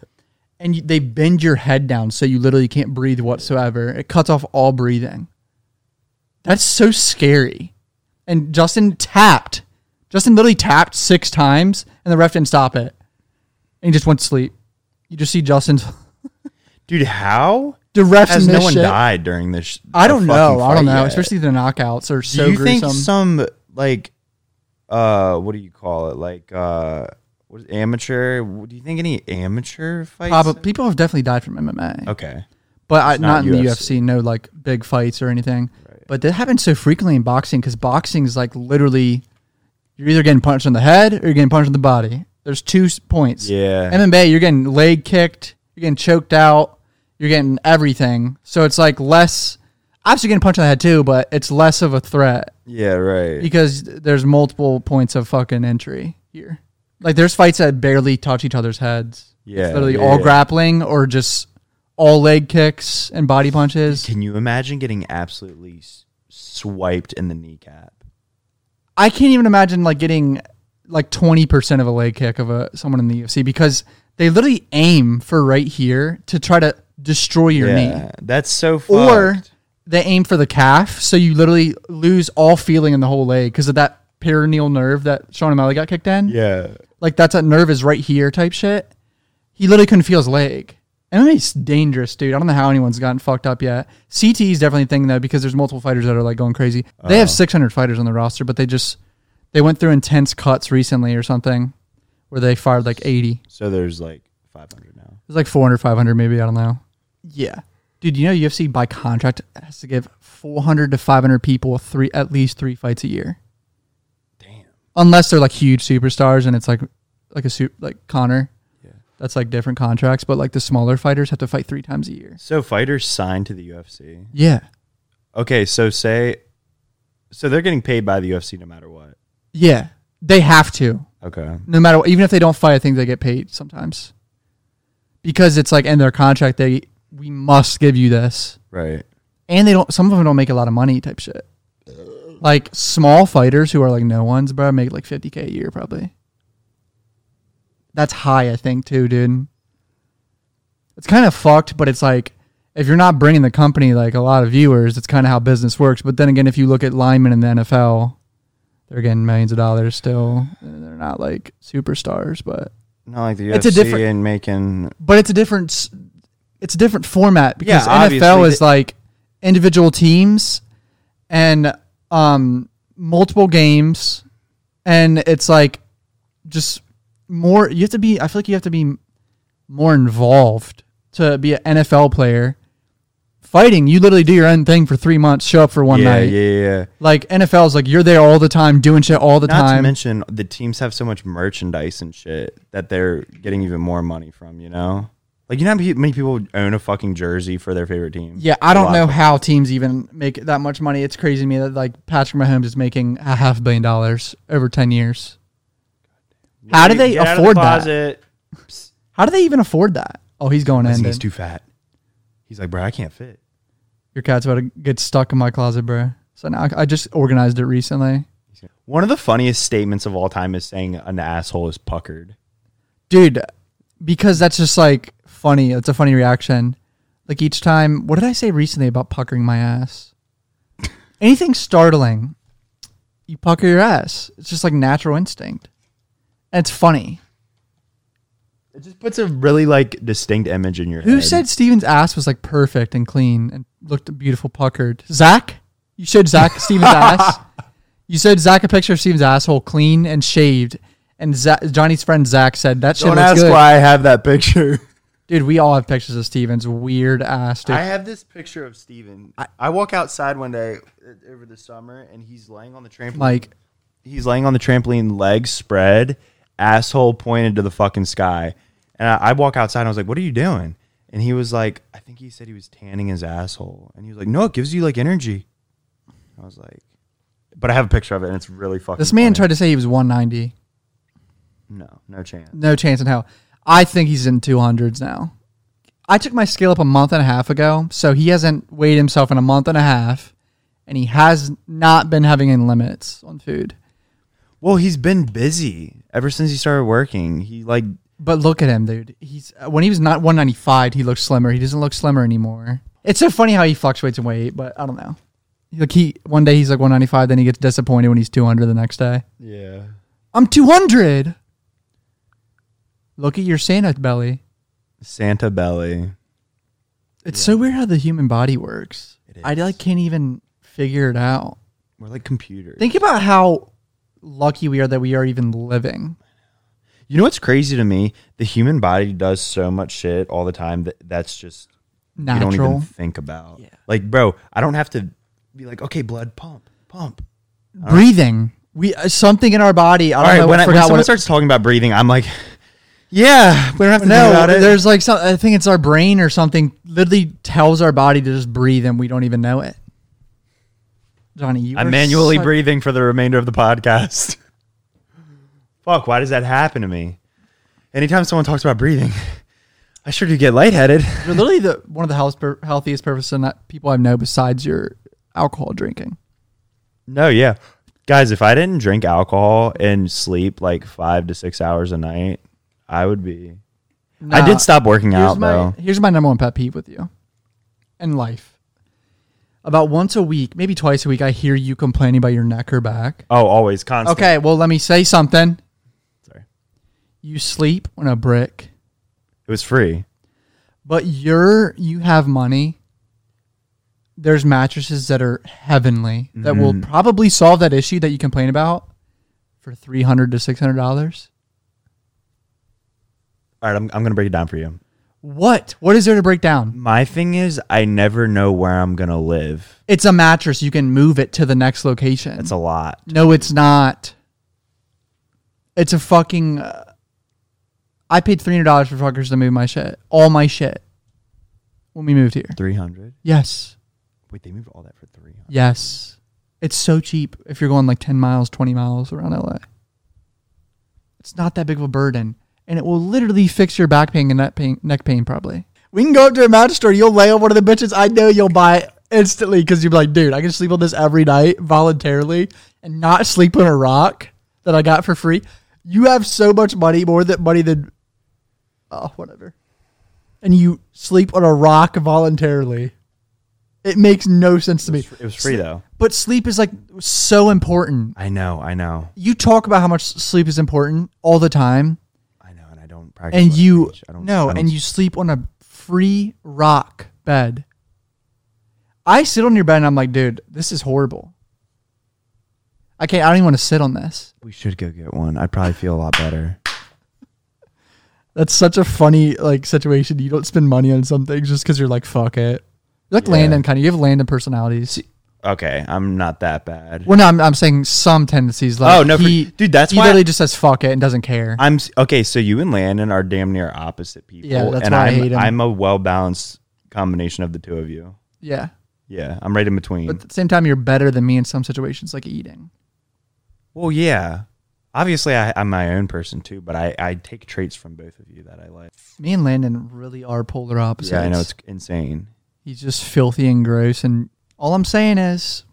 B: and you, they bend your head down so you literally can't breathe whatsoever. It cuts off all breathing. That's so scary. And Justin tapped. Justin literally tapped six times, and the ref didn't stop it. And he just went to sleep. You just see Justin's
A: Dude, how
B: the refs
A: has
B: in
A: no
B: this
A: one
B: shit.
A: died during this? sh-
B: I don't
A: fucking
B: know. I
A: fight
B: don't know.
A: yet?
B: Especially the knockouts are
A: Do
B: so
A: you
B: gruesome.
A: think some like uh what do you call it like uh what is amateur? Do you think any amateur fights?
B: Prob- people have definitely died from MMA.
A: Okay,
B: But I,
A: not
B: not, in the
A: UFC.
B: UFC, no like big fights or anything. But that happens so frequently in boxing because boxing is like literally, you're either getting punched in the head or you're getting punched in the body. There's two s- points.
A: Yeah.
B: MMA, you're getting leg kicked, you're getting choked out, you're getting everything. So it's like less. Obviously, you're getting punched in the head too, but it's less of a threat
A: yeah, right.
B: because there's multiple points of fucking entry here. Like there's fights that barely touch each other's heads.
A: Yeah,
B: it's literally
A: yeah,
B: all
A: yeah.
B: grappling or just all leg kicks and body punches.
A: Can you imagine getting absolutely s- swiped in the kneecap?
B: I can't even imagine like getting like twenty percent of a leg kick of a someone in the UFC because they literally aim for right here to try to destroy your knee,
A: that's so. Fucked.
B: or they aim for the calf, so you literally lose all feeling in the whole leg because of that perineal nerve that Sean O'Malley got kicked in.
A: yeah,
B: Like that's that nerve is right here type shit. He literally couldn't feel his leg. MMA's dangerous, dude. I don't know how anyone's gotten fucked up yet. CT is definitely a thing though because there's multiple fighters that are like going crazy. They have 600 fighters on the roster, but they just they went through intense cuts recently or something where they fired like 80.
A: so there's like 500 now.
B: It's like 400, 500 maybe. I don't know. Yeah, dude. You know UFC by contract has to give 400 to 500 people three at least three fights a year.
A: Damn.
B: unless they're like huge superstars and it's like like a suit like Connor. That's like different contracts, but like the smaller fighters have to fight three times a year.
A: So fighters signed to the UFC.
B: Yeah.
A: Okay, so say, so they're getting paid by the UFC no matter what.
B: Yeah. They have to.
A: Okay.
B: No matter what, even if they don't fight, I think they get paid sometimes. Because it's like in their contract they we must give you this.
A: Right.
B: And they don't some of them don't make a lot of money type shit. Like small fighters who are like no ones, bro, make like 50k a year probably. That's high, I think, too, dude. It's kind of fucked, but it's like if you're not bringing the company like a lot of viewers, it's kind of how business works. But then again, if you look at linemen in the NFL, they're getting millions of dollars still. and They're not like superstars, but
A: Not like the UFC
B: It's a different-
A: and making.
B: but it's a different s- it's a different format because
A: Yeah,
B: NFL
A: obviously.
B: is like individual teams and um multiple games and it's like just more you have to be I feel like you have to be more involved to be an NFL player fighting you literally do your own thing for 3 months show up for one
A: yeah,
B: night
A: yeah, yeah.
B: like NFL is like you're there all the time doing shit all the
A: Not to
B: time
A: mention the teams have so much merchandise and shit that they're getting even more money from. You know. Like you know how many many people own a fucking jersey for their favorite team?
B: Yeah, I
A: A
B: don't
A: lot.
B: know how teams even make that much money. It's crazy to me that like Patrick Mahomes is making a half billion dollars over ten years. How do they
A: Get out of the
B: afford that?
A: closet.
B: How do they even afford that? Oh, he's going in.
A: Listen,
B: dude.
A: He's too fat. He's like, bro, I can't fit.
B: Your cat's about to get stuck in my closet, bro. So now I- I just organized it recently,
A: One of the funniest statements of all time is saying an asshole is puckered.
B: dude, because that's just like funny. It's a funny reaction. Like each time, what did I say recently about puckering my ass? Anything startling, you pucker your ass. It's just like natural instinct, and it's funny.
A: It just puts a really like distinct image in your head.
B: Who said Steven's ass was like perfect and clean and looked beautiful puckered? Zach? You showed Zach Steven's ass? You showed Zach a picture of Steven's asshole clean and shaved. And Zach, Johnny's friend Zach said that shit
A: Don't
B: looks
A: ask
B: good.
A: why I have that picture.
B: Dude, we all have pictures of Steven's weird ass, dude.
A: I have this picture of Steven. I, I walk outside one day uh, over the summer and he's laying on the trampoline.
B: like,
A: he's laying on the trampoline, legs spread, asshole pointed to the fucking sky. And I, I walk outside and I was like, What are you doing? And he was like, I think he said he was tanning his asshole. And he was like, No, it gives you like energy. I was like, But I have a picture of it and it's really fucking
B: this man
A: funny.
B: tried to say he was 190.
A: No, no chance.
B: No chance in hell. I think he's in 200s now. I took my scale up a month and a half ago, so he hasn't weighed himself in a month and a half, and he has not been having any limits on food.
A: Well, he's been busy ever since he started working. He like
B: But look at him, dude. He's uh, when he was not 195, he looked slimmer. He doesn't look slimmer anymore. It's so funny how he fluctuates in weight, but I don't know. Like he one day he's like 195, then he gets disappointed when he's 200 the next day.
A: Yeah.
B: I'm 200. Look at your Santa belly.
A: Santa belly.
B: It's so weird how the human body works.
A: It
B: I like can't even figure it out.
A: We're like computers.
B: Think about how lucky we are that we are even living.
A: you know what's crazy to me? The human body does so much shit all the time that that's just
B: Natural.
A: you don't even think about. Like, bro, I don't have to be like, okay, blood pump, pump.
B: Breathing. We uh, something in our body. I
A: All
B: don't
A: right,
B: know.
A: when,
B: I
A: I, when
B: forgot
A: someone
B: what it
A: starts talking about breathing, I'm like, yeah, we don't have to think
B: No,
A: about it.
B: there's like some. I think it's our brain or something. Literally tells our body to just breathe, and we don't even know it. Johnny, you
A: I'm
B: are
A: manually
B: such-
A: breathing for the remainder of the podcast. Fuck, why does that happen to me? Anytime someone talks about breathing, I sure do get lightheaded.
B: You're literally the one of the health, healthiest person that people I know besides your alcohol drinking.
A: No, yeah. Guys, if I didn't drink alcohol and sleep like five to six hours a night, I would be. I
B: Nah,
A: did stop working
B: Here's
A: out
B: my
A: though.
B: here's my number one pet peeve with you, in life. About once a week, maybe twice a week, I hear you complaining about your neck or back.
A: Oh, always constant.
B: Okay, well, let me say something.
A: Sorry.
B: You sleep on a brick.
A: It was free.
B: but you're you have money there's mattresses that are heavenly that will probably solve that issue that you complain about for 300 to 600 dollars
A: All right, I'm, I'm going to break it down for you.
B: what what is there to break down
A: My thing is, I never know where I'm going to live.
B: it's a mattress you can move it to the next location
A: It's a lot.
B: no it's not it's a fucking uh, i paid 300 dollars for fuckers to move my shit all my shit when we moved here
A: 300.
B: yes
A: Wait, they moved all that for 300.
B: Yes. It's so cheap if you're going like 10 miles, 20 miles around LA. It's not that big of a burden. And it will literally fix your back pain and neck pain, neck pain probably. We can go up to a mattress store. You'll lay on one of the bitches. I know you'll buy it instantly because you'll be like, dude, I can sleep on this every night voluntarily and not sleep on a rock that I got for free. You have so much money, more than money than, oh, whatever. And you sleep on a rock voluntarily. It makes no sense to me.
A: It was free though.
B: But sleep is like so important.
A: I know, I know,
B: You talk about how much sleep is important all the time,
A: I know, and I don't practice.
B: and
A: what I
B: you
A: preach. I don't,
B: no,
A: I don't-
B: and you sleep on a free rock bed. I sit on your bed and I'm like, dude, this is horrible. I can't. I don't even want to sit on this.
A: We should go get one. I'd probably feel a lot better.
B: That's such a funny like situation. You don't spend money on something just because you're like, fuck it. You're like
A: Yeah.
B: Landon, kind of. You have Landon personalities.
A: okay, I'm not that bad.
B: Well, no, I'm, I'm saying some tendencies. Like
A: Oh, no, for-
B: he,
A: dude, that's
B: he
A: why-
B: literally just says fuck it and doesn't care.
A: I'm s- okay. So you and Landon are damn near opposite people.
B: Yeah, that's
A: and
B: why I
A: I'm,
B: hate him.
A: I'm a well balanced combination of the two of you.
B: yeah,
A: Yeah, I'm right in between.
B: but at the same time, you're better than me in some situations, like eating.
A: well, yeah. Obviously, I, I'm my own person too, but I, I take traits from both of you that I like.
B: Me and Landon really are polar opposites.
A: Yeah, I know it's insane.
B: He's just filthy and gross, and all I'm saying is,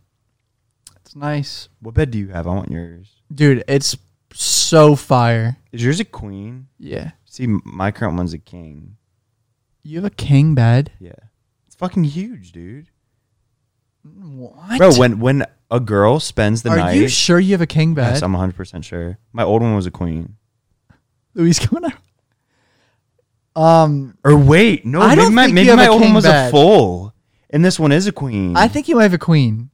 B: it's nice,
A: What bed do you have? I want yours.
B: dude. It's so fire.
A: Is yours a queen?
B: Yeah,
A: See, m- my current one's a king.
B: you have a king bed.
A: Yeah, it's fucking huge, dude.
B: What?
A: Bro, when when a girl spends the
B: are
A: night,
B: you sure you have a king bed?
A: yes, I'm 100 percent sure. My old one was a queen.
B: Louis coming out. Um,
A: Or wait, no,
B: I
A: maybe
B: don't
A: my,
B: think
A: maybe
B: you have
A: my
B: a
A: old one
B: king
A: was
B: bed.
A: a full, and this one is a queen.
B: I think you might have a queen.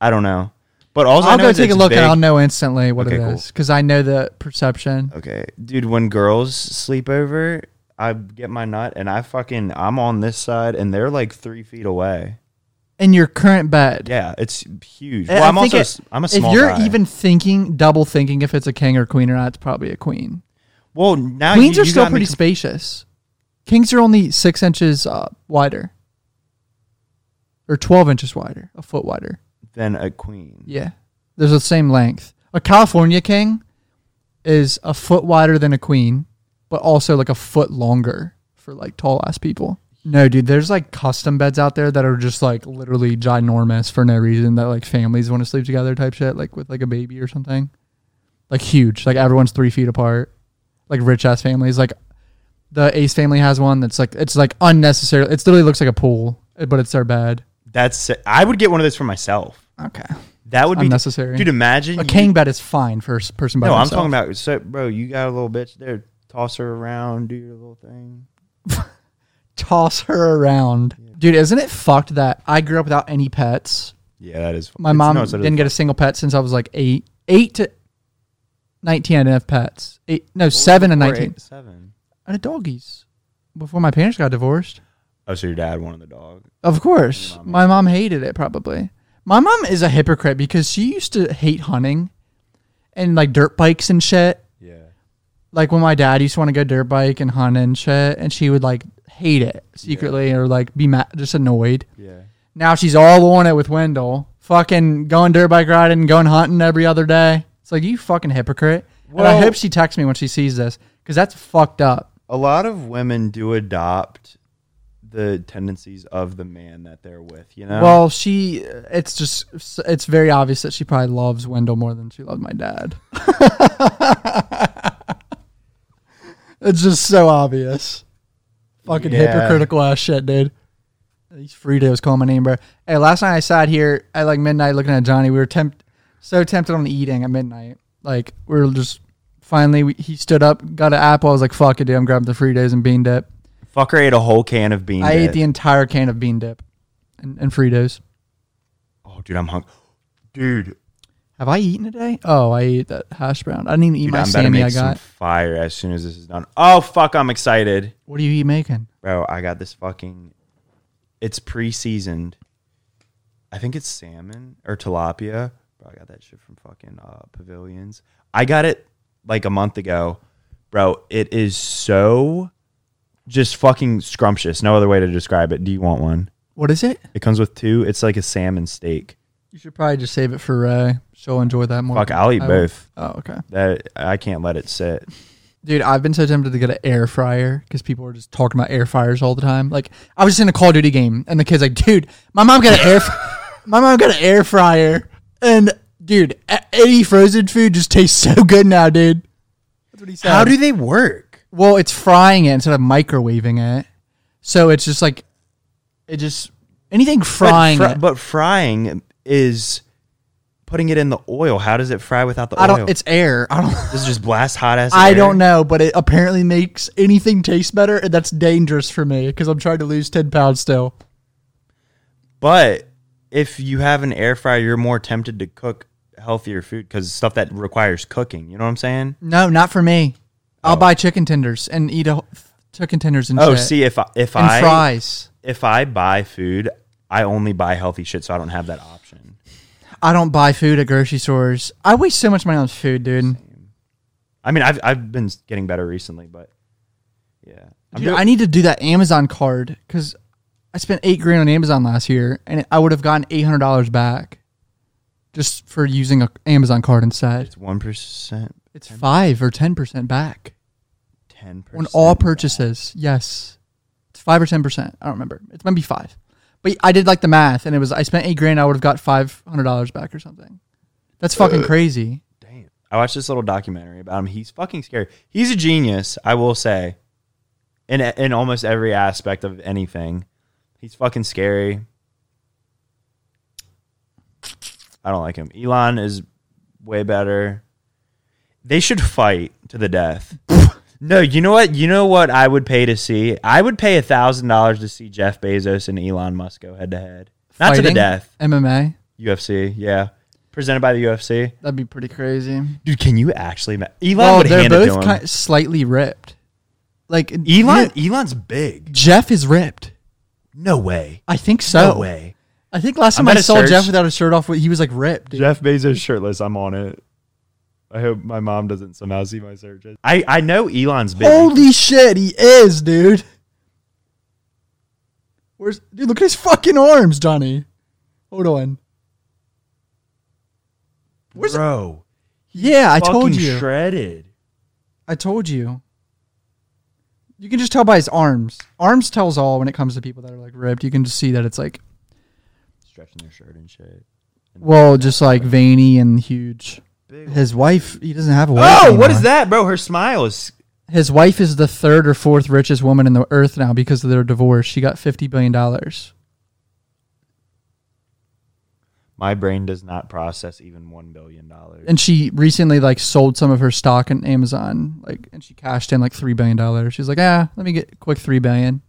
A: I don't know, but also I
B: I'll
A: know
B: go
A: is
B: take a
A: it's
B: look
A: big.
B: and I'll know instantly what it
A: Okay, cool.
B: is because I know the perception.
A: Okay, dude, when girls sleep over, I get my nut and I fucking I'm on this side and they're like three feet away.
B: In your current bed,
A: Yeah, it's huge.
B: And
A: Well,
B: I
A: I'm
B: think
A: also
B: it-
A: s- I'm a small.
B: If you're
A: guy.
B: even thinking, double thinking if it's a king or queen or not, it's probably a queen.
A: well now
B: Queens
A: you,
B: are
A: you
B: still
A: got me
B: pretty
A: conf-
B: spacious. Kings are only six inches uh, wider, or twelve inches wider, a foot wider.
A: than a queen.
B: Yeah, there's the same length. A California king is a foot wider than a queen, but also like a foot longer for like tall ass people. No, dude, there's like custom beds out there that are just like literally ginormous for no reason that like families want to sleep together type shit, like with like a baby or something. Like huge, like everyone's three feet apart. Like rich ass families. Like the Ace family has one that's like, it's like unnecessary. It literally looks like a pool, but it's their bed.
A: That's I would get one of those for myself.
B: Okay.
A: That would be
B: Unnecessary.
A: Dude, imagine
B: A
A: you-
B: king bed is fine for a s- person by
A: No, I'm
B: themselves.
A: talking about so, bro. You got a little bitch there. Toss her around, do your little thing.
B: toss her around. Dude, isn't it fucked that I grew up without any pets?
A: Yeah, that is.
B: My mom didn't get a single pet since I was like eight. Eight to 19, I didn't have pets. Eight, no, seven to 19.
A: Seven.
B: I had doggies before my parents got divorced.
A: Oh, so your dad wanted the dog.
B: Of course. My mom hated it probably. My mom is a hypocrite because she used to hate hunting and like dirt bikes and shit.
A: Yeah.
B: like when my dad used to want to go dirt bike and hunt and shit, and she would like hate it secretly or like be mad, just annoyed.
A: Yeah.
B: Now she's all on it with Wendell, fucking going dirt bike riding, and going hunting every other day. It's like you fucking hypocrite. and I
A: Well-
B: hope she texts me when she sees this because that's fucked up.
A: A lot of women do adopt the tendencies of the man that they're with. You know.
B: Well, she, it's just, it's very obvious that she probably loves Wendell more than she loved my dad. it's just so obvious. Fucking
A: Yeah.
B: hypocritical ass shit, dude. These Fritos calling my name, bro. Hey, last night I sat here at like midnight looking at Johnny. We were tempt, so tempted on eating at midnight. Like we were just finally, we, he stood up, got an apple. I was like, "Fuck it, dude! I'm grabbing the Fritos and bean dip."
A: fucker ate a whole can of beans.
B: I ate the entire can of bean dip and, and Fritos.
A: Oh, dude, I'm hungry. Dude,
B: Have I eaten today? Oh, I ate that hash brown. I didn't even eat
A: dude
B: my
A: I'm about to
B: Sammy
A: make
B: I
A: some
B: got.
A: fire as soon as this is done. Oh fuck, I'm excited,
B: What are you eat making?
A: bro. I got this fucking. It's pre-seasoned. I think it's salmon or tilapia. Bro, I got that shit from fucking uh, Pavilions. I got it like a month ago, bro. It is so just fucking scrumptious. No other way to describe it. Do you want one?
B: What is it?
A: It comes with two. It's like a salmon steak.
B: You should probably just save it for Ray. She'll enjoy that more.
A: Fuck, I'll eat
B: I will.
A: both.
B: Oh, okay.
A: That I can't let it sit.
B: Dude, I've been so tempted to get an air fryer because people are just talking about air fryers all the time. Like, I was just in a Call of Duty game, and the kid's like, "Dude, my mom got an air, fr- my mom got an air fryer, and dude, a- any frozen food just tastes so good now, dude." That's what he said.
A: How do they work?
B: Well, it's frying it instead of microwaving it, so it's just like, it just anything frying.
A: but, fr-
B: it.
A: but frying is putting it in the oil. How does it fry without the
B: I
A: oil?
B: don't. It's air. I don't.
A: this is just blast hot ass.
B: I
A: air?
B: don't know, but it apparently makes anything taste better, and that's dangerous for me because I'm trying to lose ten pounds still.
A: But if you have an air fryer, you're more tempted to cook healthier food because stuff that requires cooking. You know what I'm saying?
B: No, not for me. I'll buy chicken tenders and eat a chicken tenders and
A: Oh,
B: shit.
A: see if I, if
B: and
A: I
B: fries.
A: if I buy food, I only buy healthy shit, so I don't have that option.
B: I don't buy food at grocery stores. I waste so much money on food, dude.
A: I mean, I've I've been getting better recently, but yeah, I'm
B: Dude,
A: doing-
B: I need to do that Amazon card because I spent eight grand on Amazon last year, and I would have gotten eight hundred dollars back just for using a Amazon card instead.
A: it's one percent,
B: It's five or ten percent back
A: ten percent
B: on all purchases. Yes, it's five or ten percent. I don't remember. It might be five, but I did like the math, and it was I spent eight grand. I would have got five hundred dollars back or something. That's fucking crazy.
A: Damn. I watched this little documentary about him. He's fucking scary. He's a genius, I will say, in in almost every aspect of anything. He's fucking scary. I don't like him. Elon is way better. They should fight to the death. no, you know what? You know what I would pay to see? I would pay a thousand dollars to see Jeff Bezos and Elon Musk go head to head. Not to the
B: Fighting
A: death.
B: MMA.
A: UFC, yeah. Presented by the UFC.
B: That'd be pretty crazy.
A: Dude, can you actually? Ma- Elon
B: Well,
A: would
B: they're
A: hand it to
B: both
A: him.
B: kind slightly ripped. Like
A: Elon, Elon's big.
B: Jeff is ripped.
A: No way.
B: I think so.
A: No way.
B: I think last
A: I'm
B: time I
A: gonna
B: saw
A: search.
B: Jeff without a shirt off, he was like ripped. dude.
E: Jeff Bezos shirtless. I'm on it. I hope my mom doesn't somehow see my searches.
A: I I know Elon's big.
B: Holy shit, he is, dude. Where's dude? Look at his fucking arms, Johnny. Hold on. Where's
A: bro.
B: yeah, I told
A: fucking
B: you.
A: Shredded.
B: I told you. You can just tell by his arms. Arms tells all when it comes to people that are like ripped. You can just see that it's like
A: Stretching their shirt and shit.
B: well, just like veiny and huge. His wife, he doesn't have a wife.
A: Oh,
B: anymore.
A: what is that, bro? Her smile is.
B: His wife is the third or fourth richest woman in the earth now because of their divorce. She got fifty billion dollars.
A: My brain does not process even one billion dollars.
B: And she recently like sold some of her stock in Amazon, like and she cashed in like three billion dollars. She's like, ah, let me get a quick three billion.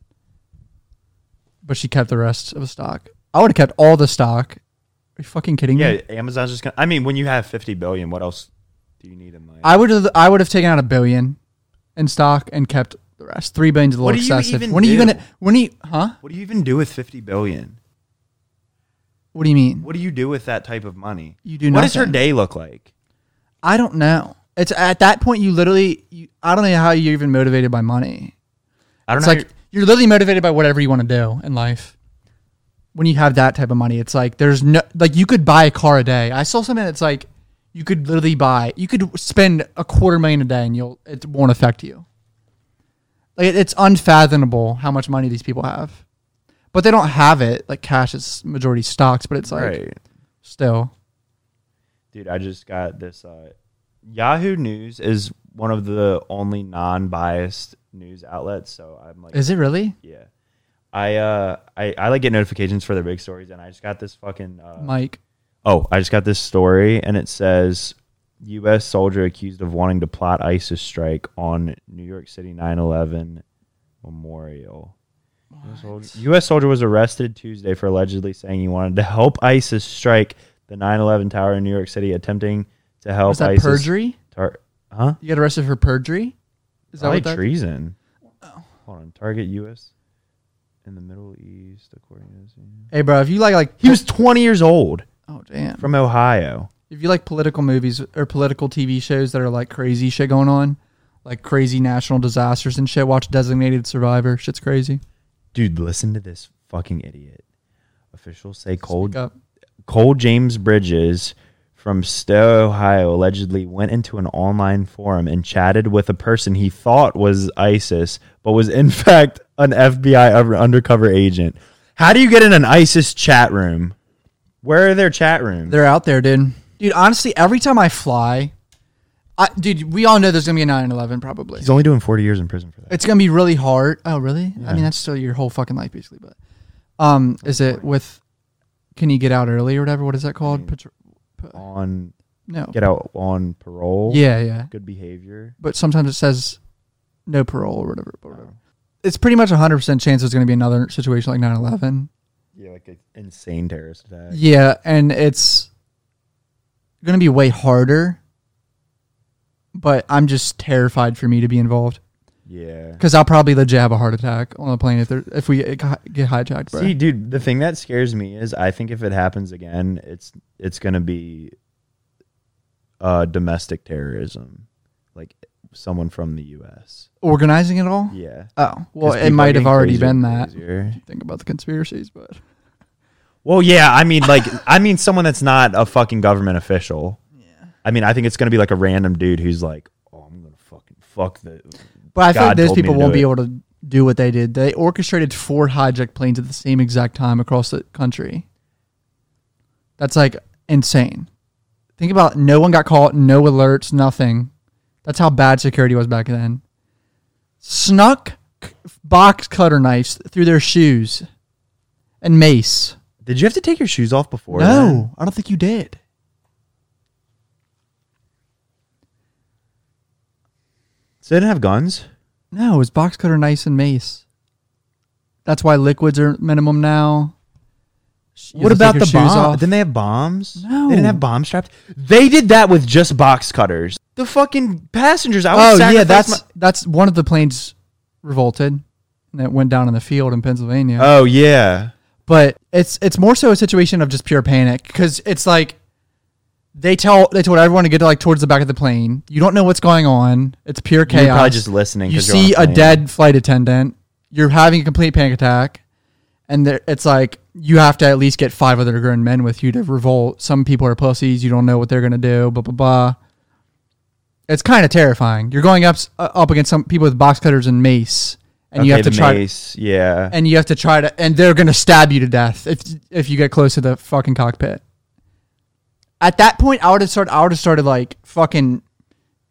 B: But she kept the rest of the stock. I would have kept all the stock. Are you fucking kidding
A: Yeah,
B: me?
A: Amazon's just gonna. I mean, when you have fifty billion, what else do you need in life?
B: I would have I would have taken out a billion in stock and kept the rest. Three billion's a little
A: What do you
B: excessive.
A: even
B: when are you
A: do?
B: gonna when are you huh?
A: what do you even do with fifty billion?
B: What do you mean?
A: What do you do with that type of money?
B: You do
A: What does her
B: nothing.
A: day look like?
B: I don't know. It's at that point you literally you, I don't know how you're even motivated by money.
A: I don't
B: It's
A: know.
B: like you're literally motivated by whatever you want to do in life. When you have that type of money, it's like there's no like you could buy a car a day. I saw something that's like you could literally buy you could spend a quarter million a day and you'll it won't affect you. Like it- it's unfathomable how much money these people have. But they don't have it like cash is majority stocks, but it's like
A: right.
B: still.
A: Dude, I just got this. Uh, Yahoo News is one of the only non-biased news outlets, so I'm like,
B: Is it really?
A: yeah. I uh, I, I like get notifications for their big stories, and I just got this fucking. Uh,
B: Mike.
A: oh, I just got this story, and it says U.S. soldier accused of wanting to plot ISIS strike on New York City 9/11 memorial. U.S. soldier- U.S. soldier was arrested Tuesday for allegedly saying he wanted to help ISIS strike the 9/11 tower in New York City, attempting to help
B: Was that
A: ISIS.
B: perjury?
A: Tar- huh?
B: You got arrested for perjury? Is Oh. that
A: Probably
B: what that?
A: treason. Hold on. Target U.S. in the Middle East, according to this.
B: Hey, bro, if you like like
A: He was 20 years old
B: oh damn,
A: from Ohio.
B: if you like political movies or political TV shows that are like crazy shit going on, like crazy national disasters and shit, watch Designated Survivor. Shit's crazy.
A: Dude, listen to this fucking idiot. Officials say cold
B: Speak up.
A: Cole James Bridges from Stowe, Ohio, allegedly went into an online forum and chatted with a person he thought was ISIS, but was in fact an FBI over- undercover agent. How do you get in an ISIS chat room? Where are their chat rooms?
B: They're out there, dude. Dude, honestly, every time I fly, I, dude, we all know there's gonna be a 9/11 probably.
A: He's only doing 40 years in prison for that.
B: It's gonna be really hard. Oh, really? I mean, that's still your whole fucking life, basically. But, um, is it with? Can you get out early or whatever? What is that called? Patro-
A: On
B: no.
A: Mm. get out on parole.
B: Yeah, yeah.
A: Good behavior.
B: but sometimes it says no parole or whatever. Or whatever. It's pretty much a 100% chance there's going to be another situation like 9 11.
A: Yeah, like an insane terrorist attack.
B: Yeah, and it's going to be way harder, but I'm just terrified for me to be involved.
A: Yeah.
B: Because I'll probably legit have a heart attack on the plane if there, if we get hi- get hijacked, bro.
A: See, dude, the thing that scares me is I think if it happens again, it's it's gonna be uh domestic terrorism. Like someone from the US.
B: Organizing it all?
A: Yeah.
B: Oh, well,
A: 'Cause
B: it
A: people are
B: might have
A: getting
B: already
A: crazier and
B: been that.
A: crazier.
B: Think about the conspiracies, but
A: Well, yeah, I mean like I mean someone that's not a fucking government official. Yeah. I mean, I think it's gonna be like a random dude who's like, Oh, I'm gonna fucking fuck the
B: but I feel like
A: God
B: those
A: told me
B: people
A: to
B: won't
A: do
B: be
A: it.
B: able to do what they did. They orchestrated four hijacked planes at the same exact time across the country. That's like insane. Think about no one got caught, no alerts, nothing. That's how bad security was back then. Snuck c- box cutter knives through their shoes and mace.
A: Did you have to take your shoes off before? then?
B: No, I don't think you did.
A: So they didn't have guns?
B: No, it was box cutter nice and mace. That's why liquids are minimum now. You
A: What
B: have to
A: about
B: take
A: the
B: your shoes
A: bomb?
B: off.
A: Didn't they have bombs?
B: No.
A: They didn't have bomb straps. They did that with just box cutters. The fucking passengers. I
B: oh
A: was
B: yeah, that's that's one of the planes revolted and it went down in the field in Pennsylvania.
A: oh yeah.
B: but it's it's more so a situation of just pure panic because it's like they tell they told everyone to get like towards the back of the plane. You don't know what's going on. It's pure chaos.
A: probably just listening
B: You
A: 'cause you're on
B: see
A: a
B: a
A: plane.
B: dead flight attendant. You're having a complete panic attack, and there, it's like you have to at least get five other grown men with you to revolt. Some people are pussies. You don't know what they're gonna do. Blah blah blah. It's kind of terrifying. You're going up s- uh, up against some people with box cutters and mace, and you
A: Okay,
B: have to
A: the
B: try
A: mace, yeah.
B: and you have to try to and they're gonna stab you to death if if you get close to the fucking cockpit. At that point, I would have started. I would have started like fucking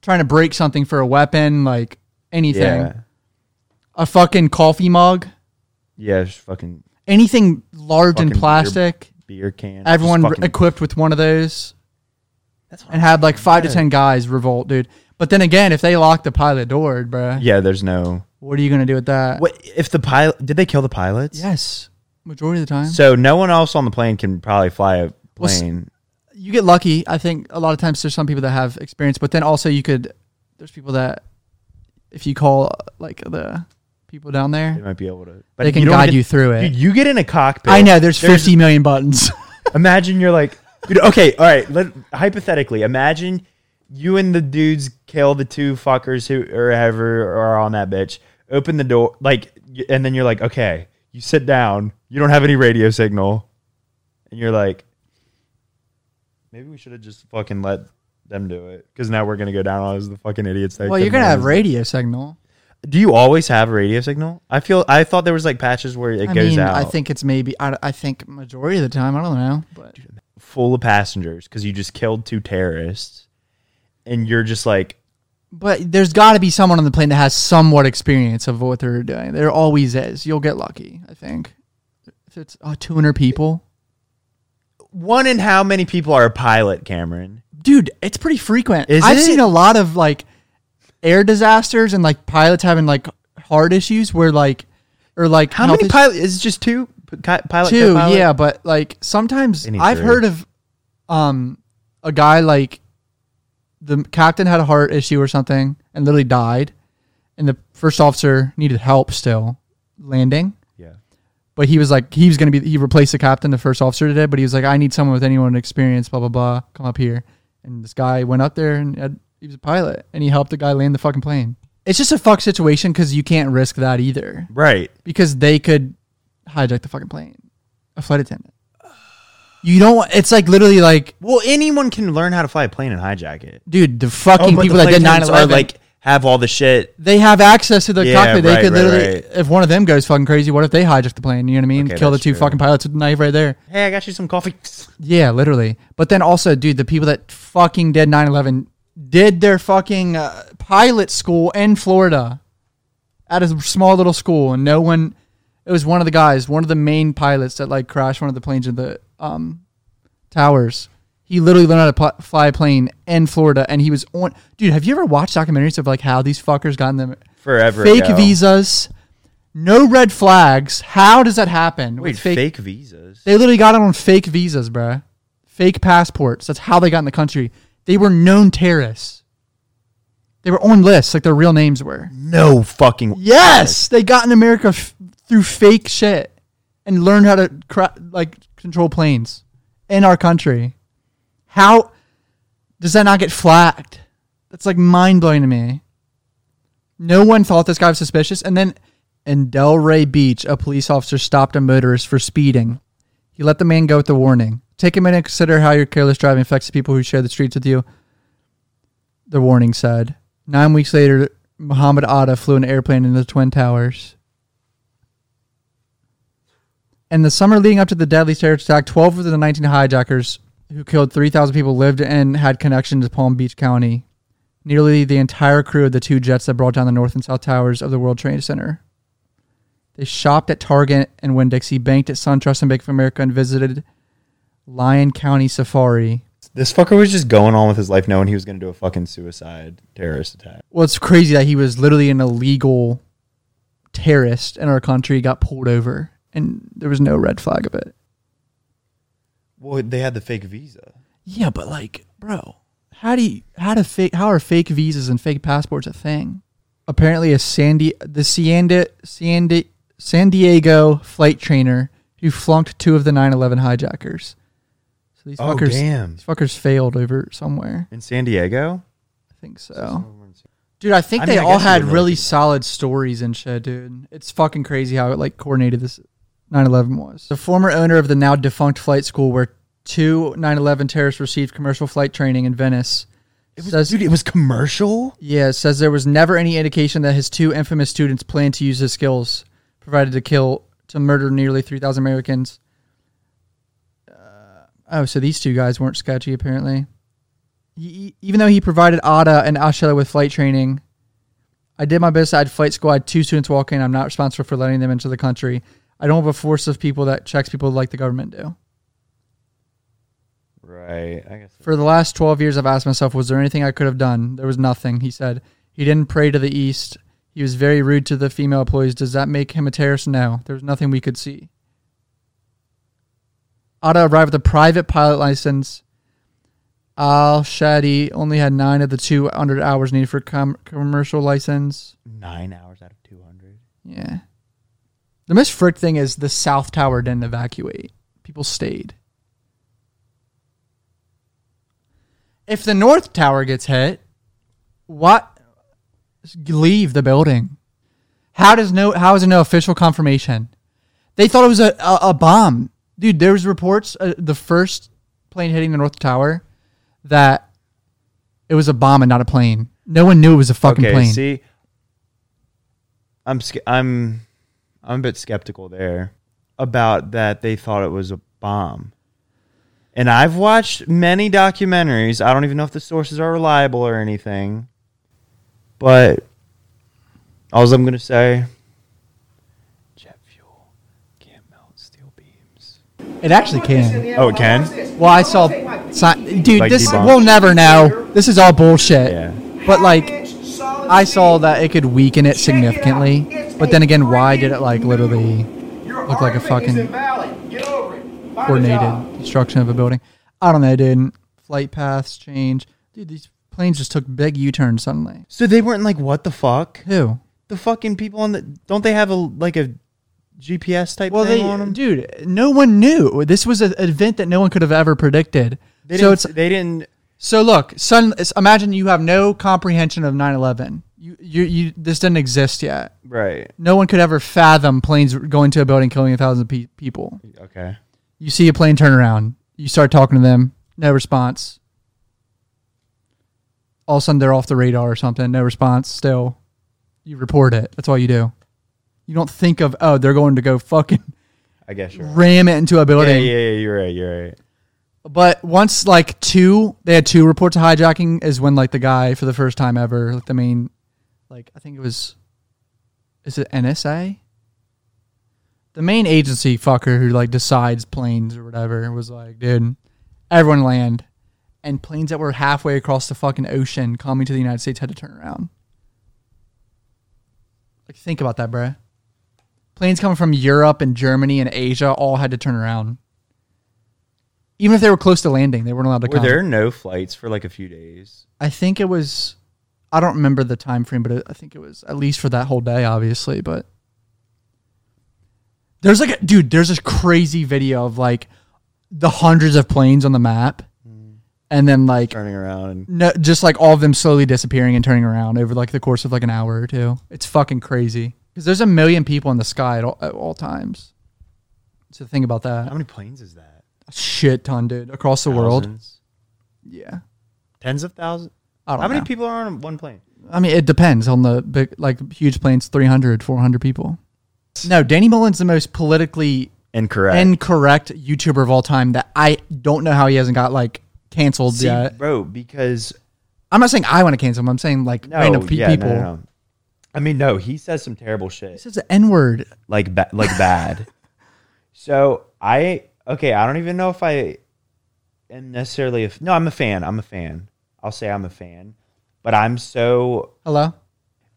B: trying to break something for a weapon, like anything,
A: yeah.
B: a fucking coffee mug,
A: Yeah, just fucking
B: anything large
A: Fucking
B: and
A: beer-
B: plastic.
A: beer can.
B: Everyone
A: Just
B: r
A: fucking-
B: equipped with one of those, and had like five to ten guys revolt, dude. But then again, if they lock the pilot door, bruh,
A: Yeah, there's no
B: what are you gonna do with that?
A: What if the pilot did they kill the pilots?
B: Yes, majority of the time.
A: So no one else on the plane can probably fly a
B: Well, s-
A: plane.
B: you get lucky. I think a lot of times there's some people that have experience, but then also you could there's people that if you call like the people down
A: they
B: there,
A: might be able to but
B: they can
A: don't
B: guide
A: get-
B: you through it.
A: Dude, you get in a cockpit.
B: I know there's, 50 million buttons.
A: Imagine you're like, dude, okay, all right. Let, hypothetically, imagine you and the dudes kill the two fuckers who or ever are on that bitch. Open the door, like, y- and then you're like, okay, you sit down. You don't have any radio signal, and you're like, maybe we should have just fucking let them do it because now we're gonna go down as the fucking idiots. That
B: well, you're
A: couldn't
B: gonna have
A: raise-
B: radio signal.
A: Do you always have a radio signal? I feel I thought there was like patches where it
B: I
A: goes
B: mean,
A: out.
B: I think it's maybe I, I think majority of the time I don't know, but
A: full of passengers because you just killed two terrorists, and you're just like,
B: but there's got to be someone on the plane that has somewhat experience of what they're doing. There always is. You'll get lucky, I think. If it's oh, 200 people,
A: one in how many people are a pilot, Cameron?
B: dude, it's pretty frequent.
A: Is
B: I've
A: it?
B: seen a lot of like air disasters and like pilots having like heart issues where like or like
A: How
B: health
A: many
B: is-
A: pilots? Is it just two p- ki- pilot?
B: Two,
A: co-pilot?
B: yeah, but like sometimes
A: They need
B: I've
A: three.
B: heard of um a guy like the captain had a heart issue or something and literally died, and the first officer needed help still landing.
A: Yeah.
B: But he was like, he was gonna be, he replaced the captain, the first officer today. But he was like, I need someone with anyone experience, blah blah blah, come up here. And this guy went up there and had, he was a pilot, and he helped the guy land the fucking plane. It's just a fuck situation because you can't risk that either
A: Right.
B: because they could hijack the fucking plane. A flight attendant. You don't. It's like literally like,
A: Well, anyone can learn how to fly a plane and hijack it. Oh,
B: dude, the fucking people that did 9
A: 9
B: 11,
A: like have all the shit.
B: they have access to the
A: Yeah,
B: cockpit. They
A: right,
B: could
A: right,
B: literally, if one of them goes fucking crazy, what if they hijack the plane? You know what I mean?
A: Okay,
B: Kill the
A: that's
B: two
A: true.
B: fucking pilots with a knife right there.
A: Hey, I got you some coffee.
B: Yeah, literally. But then also, dude, the people that fucking did 9 11 did their fucking uh, pilot school in Florida at a small little school, and no one. It was one of the guys, one of the main pilots that like crashed one of the planes in the um, towers. He literally learned how to pl- fly a plane in Florida, and he was on. Dude, have you ever watched documentaries of like how these fuckers got in them
A: Forever.
B: fake
A: ago.
B: visas, no red flags? How does that happen?
A: Wait,
B: with
A: fake, visas.
B: they literally got it on fake visas, bruh. Fake passports. That's how they got in the country. They were known terrorists. They were on lists, like their real names were.
A: No fucking.
B: Yes, they got in America f- through fake shit and learned how to cra- like control planes in our country. How does that not get flagged? That's like mind blowing to me. No one thought this guy was suspicious, and then in Delray Beach, a police officer stopped a motorist for speeding. He let the man go with a warning. Take a minute and consider how your careless driving affects the people who share the streets with you the warning said. Nine weeks later, Muhammad Atta flew an airplane into the Twin Towers. In the summer leading up to the deadly terrorist attack, 12 of the 19 hijackers who killed 3,000 people lived and had connections to Palm Beach County. Nearly the entire crew of the two jets that brought down the North and South Towers of the World Trade Center. They shopped at Target and Winn-Dixie, banked at SunTrust and Bank of America, and visited Lyon County Safari.
A: This fucker was just going on with his life knowing he was going to do a fucking suicide terrorist attack.
B: Well, it's crazy that he was literally an illegal terrorist in our country, got pulled over, and there was no red flag of it.
A: Well, they had the fake visa.
B: Yeah, but like, bro, how do you, how do fake how are fake visas and fake passports a thing? Apparently, a Sandy the Cianda, Cianda, San Diego flight trainer who flunked two of the 9/11 hijackers. So these
A: Oh,
B: fuckers,
A: damn.
B: these fuckers failed over somewhere.
A: In San Diego?
B: I think so. Dude, I think
A: I
B: they
A: mean, I
B: all
A: guess you
B: had
A: would really
B: really
A: think that.
B: solid stories and shit, dude. It's fucking crazy how like coordinated this 9/11 was. The former owner of the now defunct flight school where two 9/11 terrorists received commercial flight training in Venice. says,
A: Dude, it was commercial?
B: yeah, it says there was never any indication that his two infamous students planned to use his skills provided to kill to murder nearly 3,000 Americans. Uh, oh, so these two guys weren't sketchy apparently. He, e, even though he provided Ada and Ashela with flight training, I did my best. I had flight school. I had two students walk in. I'm not responsible for letting them into the country. I don't have a force of people that checks people like the government do.
A: Right. I guess.
B: For the last 12 years, I've asked myself, was there anything I could have done? There was nothing, he said. He didn't pray to the East. He was very rude to the female employees. Does that make him a terrorist? No. There was nothing we could see. Ada arrived with a private pilot license. Al Shadi only had nine of the 200 hours needed for com- commercial license.
A: Nine hours out of 200.
B: Yeah. The most frick thing is the South Tower didn't evacuate. People stayed. If the North Tower gets hit, what? Just Leave the building. How does no? How is it no official confirmation? They thought it was a, a, a bomb, dude. There was reports uh, the first plane hitting the North Tower that it was a bomb and not a plane. No one knew it was a fucking
A: Okay,
B: plane.
A: see. I'm sk- I'm I'm a bit skeptical there about that they thought it was a bomb. And I've watched many documentaries. I don't even know if the sources are reliable or anything. But all I'm going to say jet fuel can't melt steel beams.
B: It actually can.
A: Oh, it can?
B: Well, I saw, si- dude.
A: Like
B: this
A: debunk.
B: we'll never know. This is all bullshit.
A: Yeah.
B: But like, I saw that it could weaken it significantly. But then again, why did it like literally look like a fucking coordinated destruction of a building? I don't know, dude. Flight paths change, dude. These planes just took big U-turns suddenly.
A: So they weren't like what the fuck?
B: Who?
A: the fucking people on the don't they have a like a GPS type
B: Well,
A: thing on
B: they,
A: them?
B: dude. No one knew. This was a- an event that no one could have ever predicted.
A: They
B: so
A: didn't,
B: it's
A: they didn't.
B: So look, son, imagine you have no comprehension of 9/11. You, you, you, this didn't exist yet.
A: Right.
B: No one could ever fathom planes going to a building killing a thousand pe- people.
A: Okay.
B: You see a plane turn around, you start talking to them, no response. All of a sudden, they're off the radar or something. No response. Still, you report it. That's all you do. You don't think of oh, they're going to go fucking
A: I guess you're. Right.
B: ram it into a
A: Yeah,
B: building.
A: yeah, yeah, you're right. You're right.
B: But once like two, they had two reports of hijacking. Is when like the guy for the first time ever, like the main, like I think it was, is it NSA? The main agency fucker who like decides planes or whatever was like, dude, everyone land, and planes that were halfway across the fucking ocean coming to the United States had to turn around. Like think about that, bruh. Planes coming from Europe and Germany and Asia all had to turn around. Even if they were close to landing, they weren't allowed to
A: Were
B: come.
A: there no flights for like a few days?
B: I think it was I don't remember the time frame, but it, I think it was at least for that whole day, obviously. But there's like, a, dude, there's this crazy video of like the hundreds of planes on the map, and then like
A: turning around and
B: no, just like all of them slowly disappearing and turning around over like the course of like an hour or two. It's fucking crazy because there's a million people in the sky at all, at all times. It's the thing about that.
A: how many planes is that?
B: A shit ton, dude, across the world.
A: Thousands?
B: Yeah,
A: tens of thousands.
B: I don't
A: How many
B: know.
A: people are on one plane?
B: I mean, it depends on the big, like huge planes, 300, 400 people. No, Danny Mullen's the most politically
A: Incorrect.
B: incorrect YouTuber of all time that I don't know how he hasn't got like canceled
A: See,
B: yet.
A: bro, because
B: I'm not saying I want to cancel him. I'm saying like
A: no,
B: random pe-
A: yeah, no,
B: people.
A: no, no. I mean, no, he says some terrible shit.
B: This is the N word.
A: like ba- like bad. so I okay, I don't even know if I am necessarily a f- no. I'm a fan. I'm a fan. I'll say I'm a fan, but I'm so
B: Hello?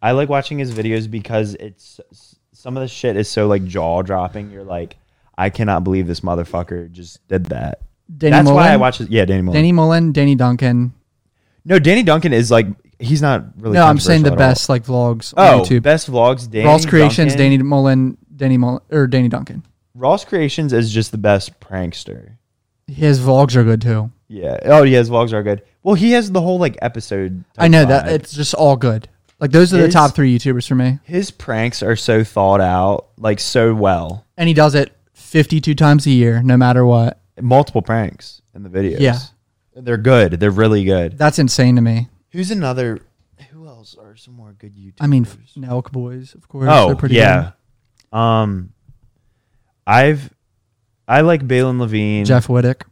A: I like watching his videos because it's s- some of the shit is so like jaw dropping. You're like, I cannot believe this motherfucker just did that.
B: Danny
A: That's
B: Mullen.
A: why I watch. His, yeah, Danny Mullen.
B: Danny Mullen, Danny Duncan.
A: no, Danny Duncan is like he's not really.
B: no, I'm saying the
A: controversial at all.
B: best like vlogs on
A: Oh,
B: YouTube.
A: best vlogs. Danny
B: Ross Creations,
A: Duncan.
B: Danny Mullen, Danny Mullen, or Danny Duncan.
A: Ross Creations is just the best prankster.
B: His vlogs are good too.
A: Yeah. Oh, yeah. His vlogs are good. Well, he has the whole like episode.
B: I know that
A: vibe.
B: it's just all good. Like those are the
A: His-
B: top three YouTubers for me.
A: his pranks are so thought out, like so well.
B: and he does it 52 times a year no matter what
A: Multiple pranks in the videos.
B: Yeah.
A: They're good. They're really good.
B: that's insane to me
A: Who's another? Who else are some more good YouTubers?
B: i mean f- nelk boys of course they're
A: oh
B: pretty
A: yeah. Um, I've I like Balin Levine.
B: good. jeff Wittick.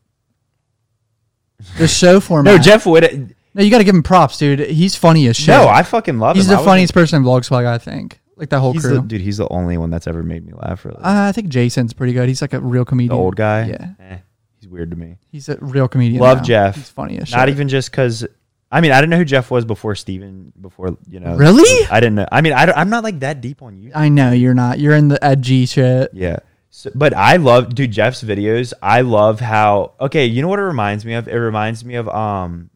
B: the show format
A: No, Jeff Witt. uh,
B: no you gotta give him props dude he's funny as shit
A: No, I fucking love
B: he's
A: him.
B: the
A: I was-
B: funniest person in vlogswag i think like that whole
A: He's
B: crew
A: the, dude, he's the only one that's ever made me laugh. Really,
B: uh, i think jason's pretty good he's like a real comedian
A: the old guy.
B: yeah
A: Eh, he's weird to me.
B: he's a real comedian
A: Love
B: now.
A: Jeff.
B: he's funny as shit
A: Not even just because. I mean, I didn't know who Jeff was before Steven, before, you know.
B: Really?
A: I didn't know. I mean, I don't, I'm not like that deep on YouTube.
B: i know you're not you're in the edgy shit
A: Yeah. So, but I love, dude, Jeff's videos. I love how, okay, you know what it reminds me of? It reminds me of, um,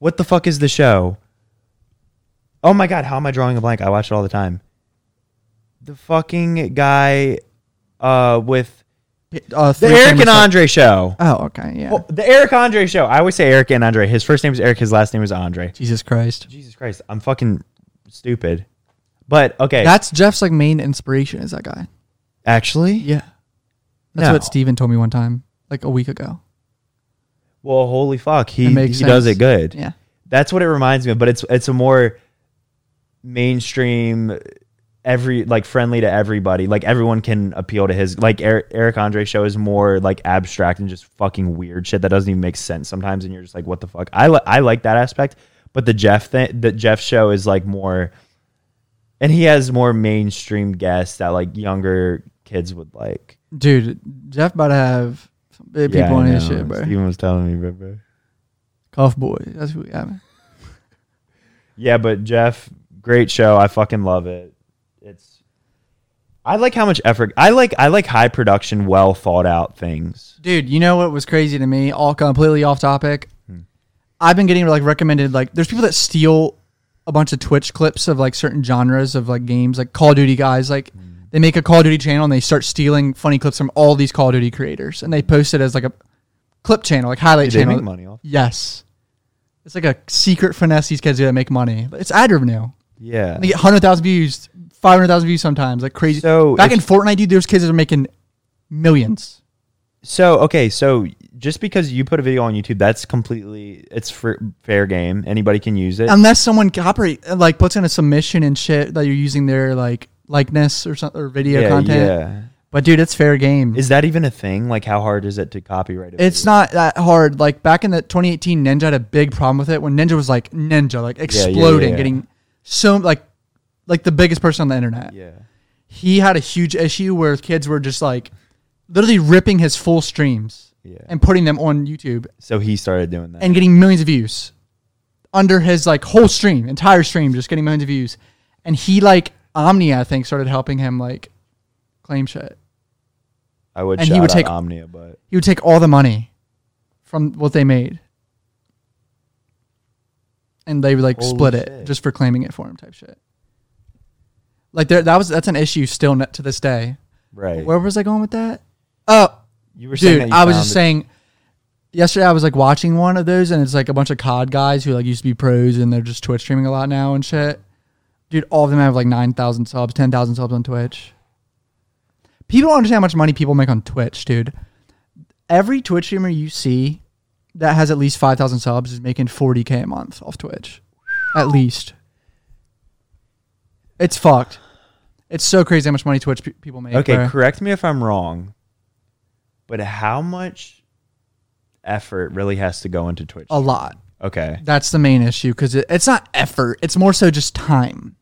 A: what the fuck is the show? Oh my God, how am I drawing a blank? I watch it all the time. The fucking guy, uh, with
B: Uh,
A: the
B: three
A: Eric and
B: famous-
A: Andre show.
B: oh okay yeah
A: Well, the Eric Andre show. I always say Eric and Andre. His first name is Eric. His last name is Andre.
B: jesus christ
A: Jesus Christ, I'm fucking stupid. But okay,
B: that's jeff's like main inspiration is that guy
A: actually,
B: Yeah. That's
A: No.
B: what Steven told me one time, like a week ago.
A: well, holy fuck, he
B: It makes
A: he does
B: sense.
A: it good.
B: Yeah.
A: That's what it reminds me of. But it's it's a more mainstream, every like friendly to everybody. Like everyone can appeal to his. Like Eric, Eric Andre show is more like abstract and just fucking weird shit that doesn't even make sense sometimes. And you're just like, what the fuck? I li- I like that aspect. But the Jeff thing, the Jeff show is like more. And he has more mainstream guests that like younger kids would like.
B: Dude, Jeff about to have some big people on
A: I
B: his
A: know.
B: shit, bro.
A: Steven was telling me, bro, bro.
B: Cough boy. That's who we have.
A: Yeah, but Jeff, great show. I fucking love it. It's I like how much effort I like I like high production, well thought out things.
B: Dude, you know what was crazy to me? All completely off topic.
A: Hmm.
B: I've been getting like recommended like there's people that steal a bunch of Twitch clips of like certain genres of like games, like Call of Duty guys, like
A: Hmm.
B: they make a Call of Duty channel and they start stealing funny clips from all these Call of Duty creators and they post it as like a clip channel, like highlight
A: They
B: channel.
A: make money off.
B: Yes. It's like a secret finesse these kids do that make money. It's ad revenue.
A: Yeah.
B: They get 100,000 views, 500,000 views sometimes, like crazy.
A: So
B: Back in
A: if-
B: Fortnite, dude, those kids that are making millions.
A: So okay, so just because you put a video on YouTube, that's completely it's fr- fair game. Anybody can use it.
B: Unless someone copyright, like puts in a submission and shit that you're using their like likeness or something or video
A: yeah,
B: content.
A: yeah.
B: But dude, it's fair game.
A: Is that even a thing? Like how hard is it to copyright it?
B: It's not that hard. Like back in the 2018, Ninja had a big problem with it when Ninja was like Ninja, like
A: yeah,
B: exploding,
A: yeah.
B: getting so like like the biggest person on the internet.
A: Yeah.
B: he had a huge issue where kids were just like literally ripping his full streams
A: Yeah.
B: and putting them on YouTube
A: So he started doing that.
B: and getting millions of views under his like whole stream, entire stream, just getting millions of views. And he like Omnia, I think, started helping him like claim shit.
A: I would
B: and
A: shout
B: he would
A: out
B: take-
A: Omnia, but
B: He would take all the money from what they made. and they like
A: Holy
B: split
A: shit.
B: it just for claiming it for him type shit. Like there, that was that's an issue still n- to this day.
A: Right.
B: Where was I going with that? Oh,
A: you were
B: dude,
A: that you
B: I was
A: found
B: just
A: it-
B: saying. Yesterday, I was like watching one of those, and it's like a bunch of COD guys who like used to be pros, and they're just Twitch streaming a lot now and shit. Dude, all of them have like nine thousand subs, ten thousand subs on Twitch. People don't understand how much money people make on Twitch, dude. Every Twitch streamer you see that has at least five thousand subs is making forty k a month off Twitch, at least. It's fucked. It's so crazy how much money Twitch pe- people make.
A: Okay,
B: bro.
A: correct me if I'm wrong, but how much effort really has to go into Twitch?
B: a lot.
A: Okay.
B: That's the main issue because it, it's not effort. It's more so just time.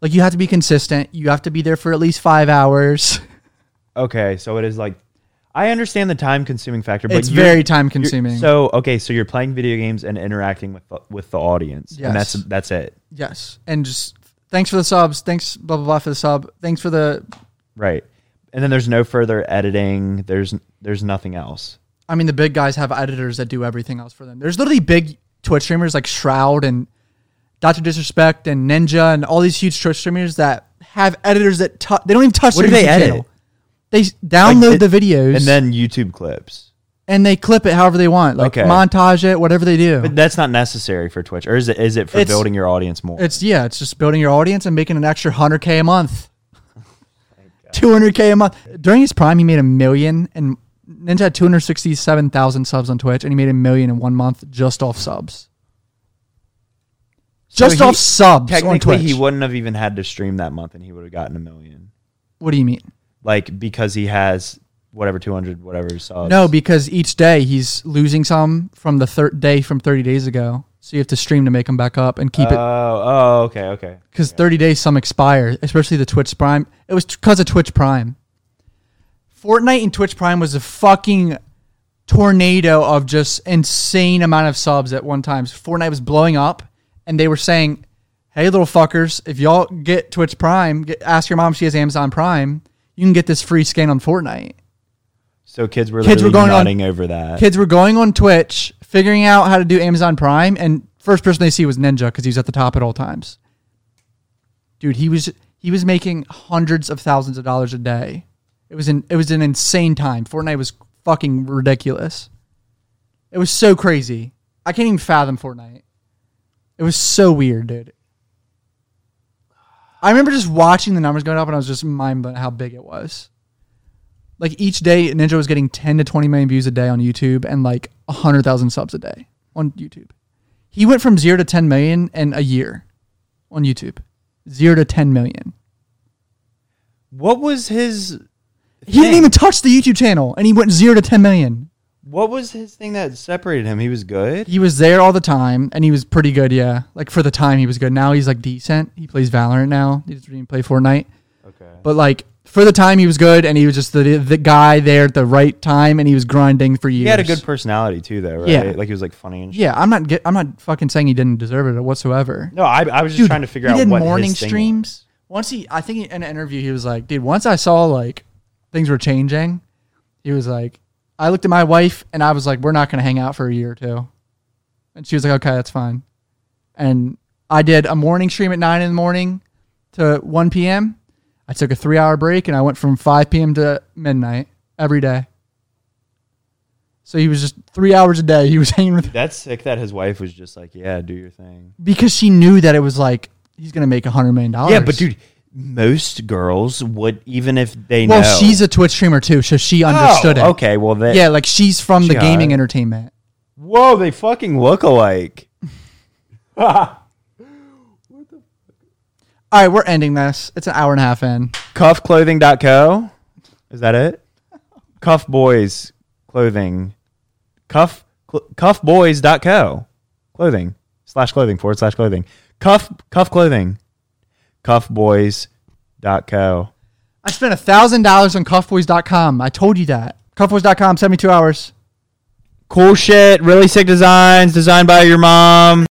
B: Like you have to be consistent. You have to be there for at least five hours.
A: Okay, so it is like I understand the time consuming factor, but
B: it's
A: you're-
B: very time
A: you're-
B: consuming.
A: So okay, so you're playing video games and interacting with the, with the audience, and that's
B: Yes.
A: that's it,
B: yes, and just thanks for the subs. Thanks blah blah blah for the sub. Thanks for the.
A: right? And then there's no further editing. There's there's nothing else.
B: I mean, the big guys have editors that do everything else for them. There's literally big Twitch streamers like Shroud and Doctor Disrespect and Ninja and all these huge Twitch streamers that have editors that tou they don't even touch.
A: What
B: their
A: do they
B: YouTube
A: edit?
B: channel. They s-
A: Like,
B: download the videos
A: And then YouTube clips,
B: and they clip it however they want, like
A: Okay.
B: montage it, whatever they do.
A: but that's not necessary for Twitch, or is it? Is it for
B: It's-
A: building your audience more?
B: it's yeah, it's just building your audience and making an extra hundred k a month, two hundred k a month. During his prime, he made a million, and Ninja had two hundred sixty seven thousand subs on Twitch, and he made a million in one month just off subs.
A: So
B: Just
A: he-
B: off subs on
A: Technically,
B: Twitch.
A: he wouldn't have even had to stream that month, and he would have gotten a million.
B: what do you mean?
A: Like because he has whatever two hundred whatever subs.
B: No, because each day he's losing some from the third day from thirty days ago. So you have to stream to make them back up and keep
A: oh,
B: it
A: oh, okay, okay.
B: because 30 days some expire, especially the Twitch Prime. It was because of Twitch Prime. Fortnite and Twitch Prime was a fucking tornado of just insane amount of subs at one time. Fortnite was blowing up, and they were saying, "Hey, little fuckers, if y'all get Twitch Prime, get, ask your mom if she has Amazon Prime. You can get this free skin on Fortnite."
A: So kids were
B: Kids were
A: literally
B: going on-
A: nodding over that.
B: Kids were going on Twitch, figuring out how to do Amazon Prime, and first person they see was Ninja because he was at the top at all times. Dude, he was he was making hundreds of thousands of dollars a day. It was an it was an insane time. Fortnite was fucking ridiculous. It was so crazy. I can't even fathom Fortnite. It was so weird, dude. I remember just watching the numbers going up, and I was just mind blown at how big it was like each day ninja was getting 10 to 20 million views a day on youtube and like 100000 subs a day on youtube he went from 0 to 10 million in a year on youtube 0 to 10 million
A: What was his
B: he didn't
A: Dang.
B: even touch the youtube channel and he went 0 to 10 million
A: What was his thing that separated him? He was good.
B: he was there all the time and he was pretty good yeah like for the time he was good now he's like decent he plays valorant now he doesn't even play fortnite
A: Okay.
B: but like for the time he was good and he was just the, the guy there at the right time and he was grinding for years
A: He had a good personality too, though, right?
B: Yeah.
A: Like he was like funny and shit.
B: Yeah, I'm not. Get, I'm not fucking saying he didn't deserve it whatsoever.
A: No, I, I was just
B: Dude,
A: trying to figure
B: he
A: out
B: did
A: what
B: morning
A: his thing
B: streams. Once he, I think in an interview, he was like, "Dude, once I saw like things were changing, he was like, I looked at my wife and I was like, we're not gonna hang out for a year or two. and she was like, okay, that's fine. And I did a morning stream at nine in the morning to one p.m. I took a three-hour break and I went from five p.m. to midnight every day. So he was just three hours a day. He was hanging with
A: was. That's sick that his wife was just like, yeah, do your thing.
B: because she knew that it was like he's gonna make a hundred million dollars.
A: Yeah, but dude, most girls would, even if they
B: well,
A: know.
B: she's a Twitch streamer too, so she understood
A: oh,
B: it.
A: Okay, well, they.
B: yeah, like she's from the
A: She
B: gaming
A: hot.
B: entertainment.
A: Whoa, they fucking look alike.
B: All right, we're ending this. It's an hour and a half in.
A: Cuffclothing.co. Is that it? Cuff Boys Clothing. Cuff cl- cuffboys.co. Clothing. Slash clothing. Forward slash clothing. Cuff cuff clothing. Cuffboys.co.
B: I spent a thousand dollars on cuffboys.com. I told you that. Cuffboys.com, seventy-two hours.
A: Cool shit. Really sick designs. Designed by your mom.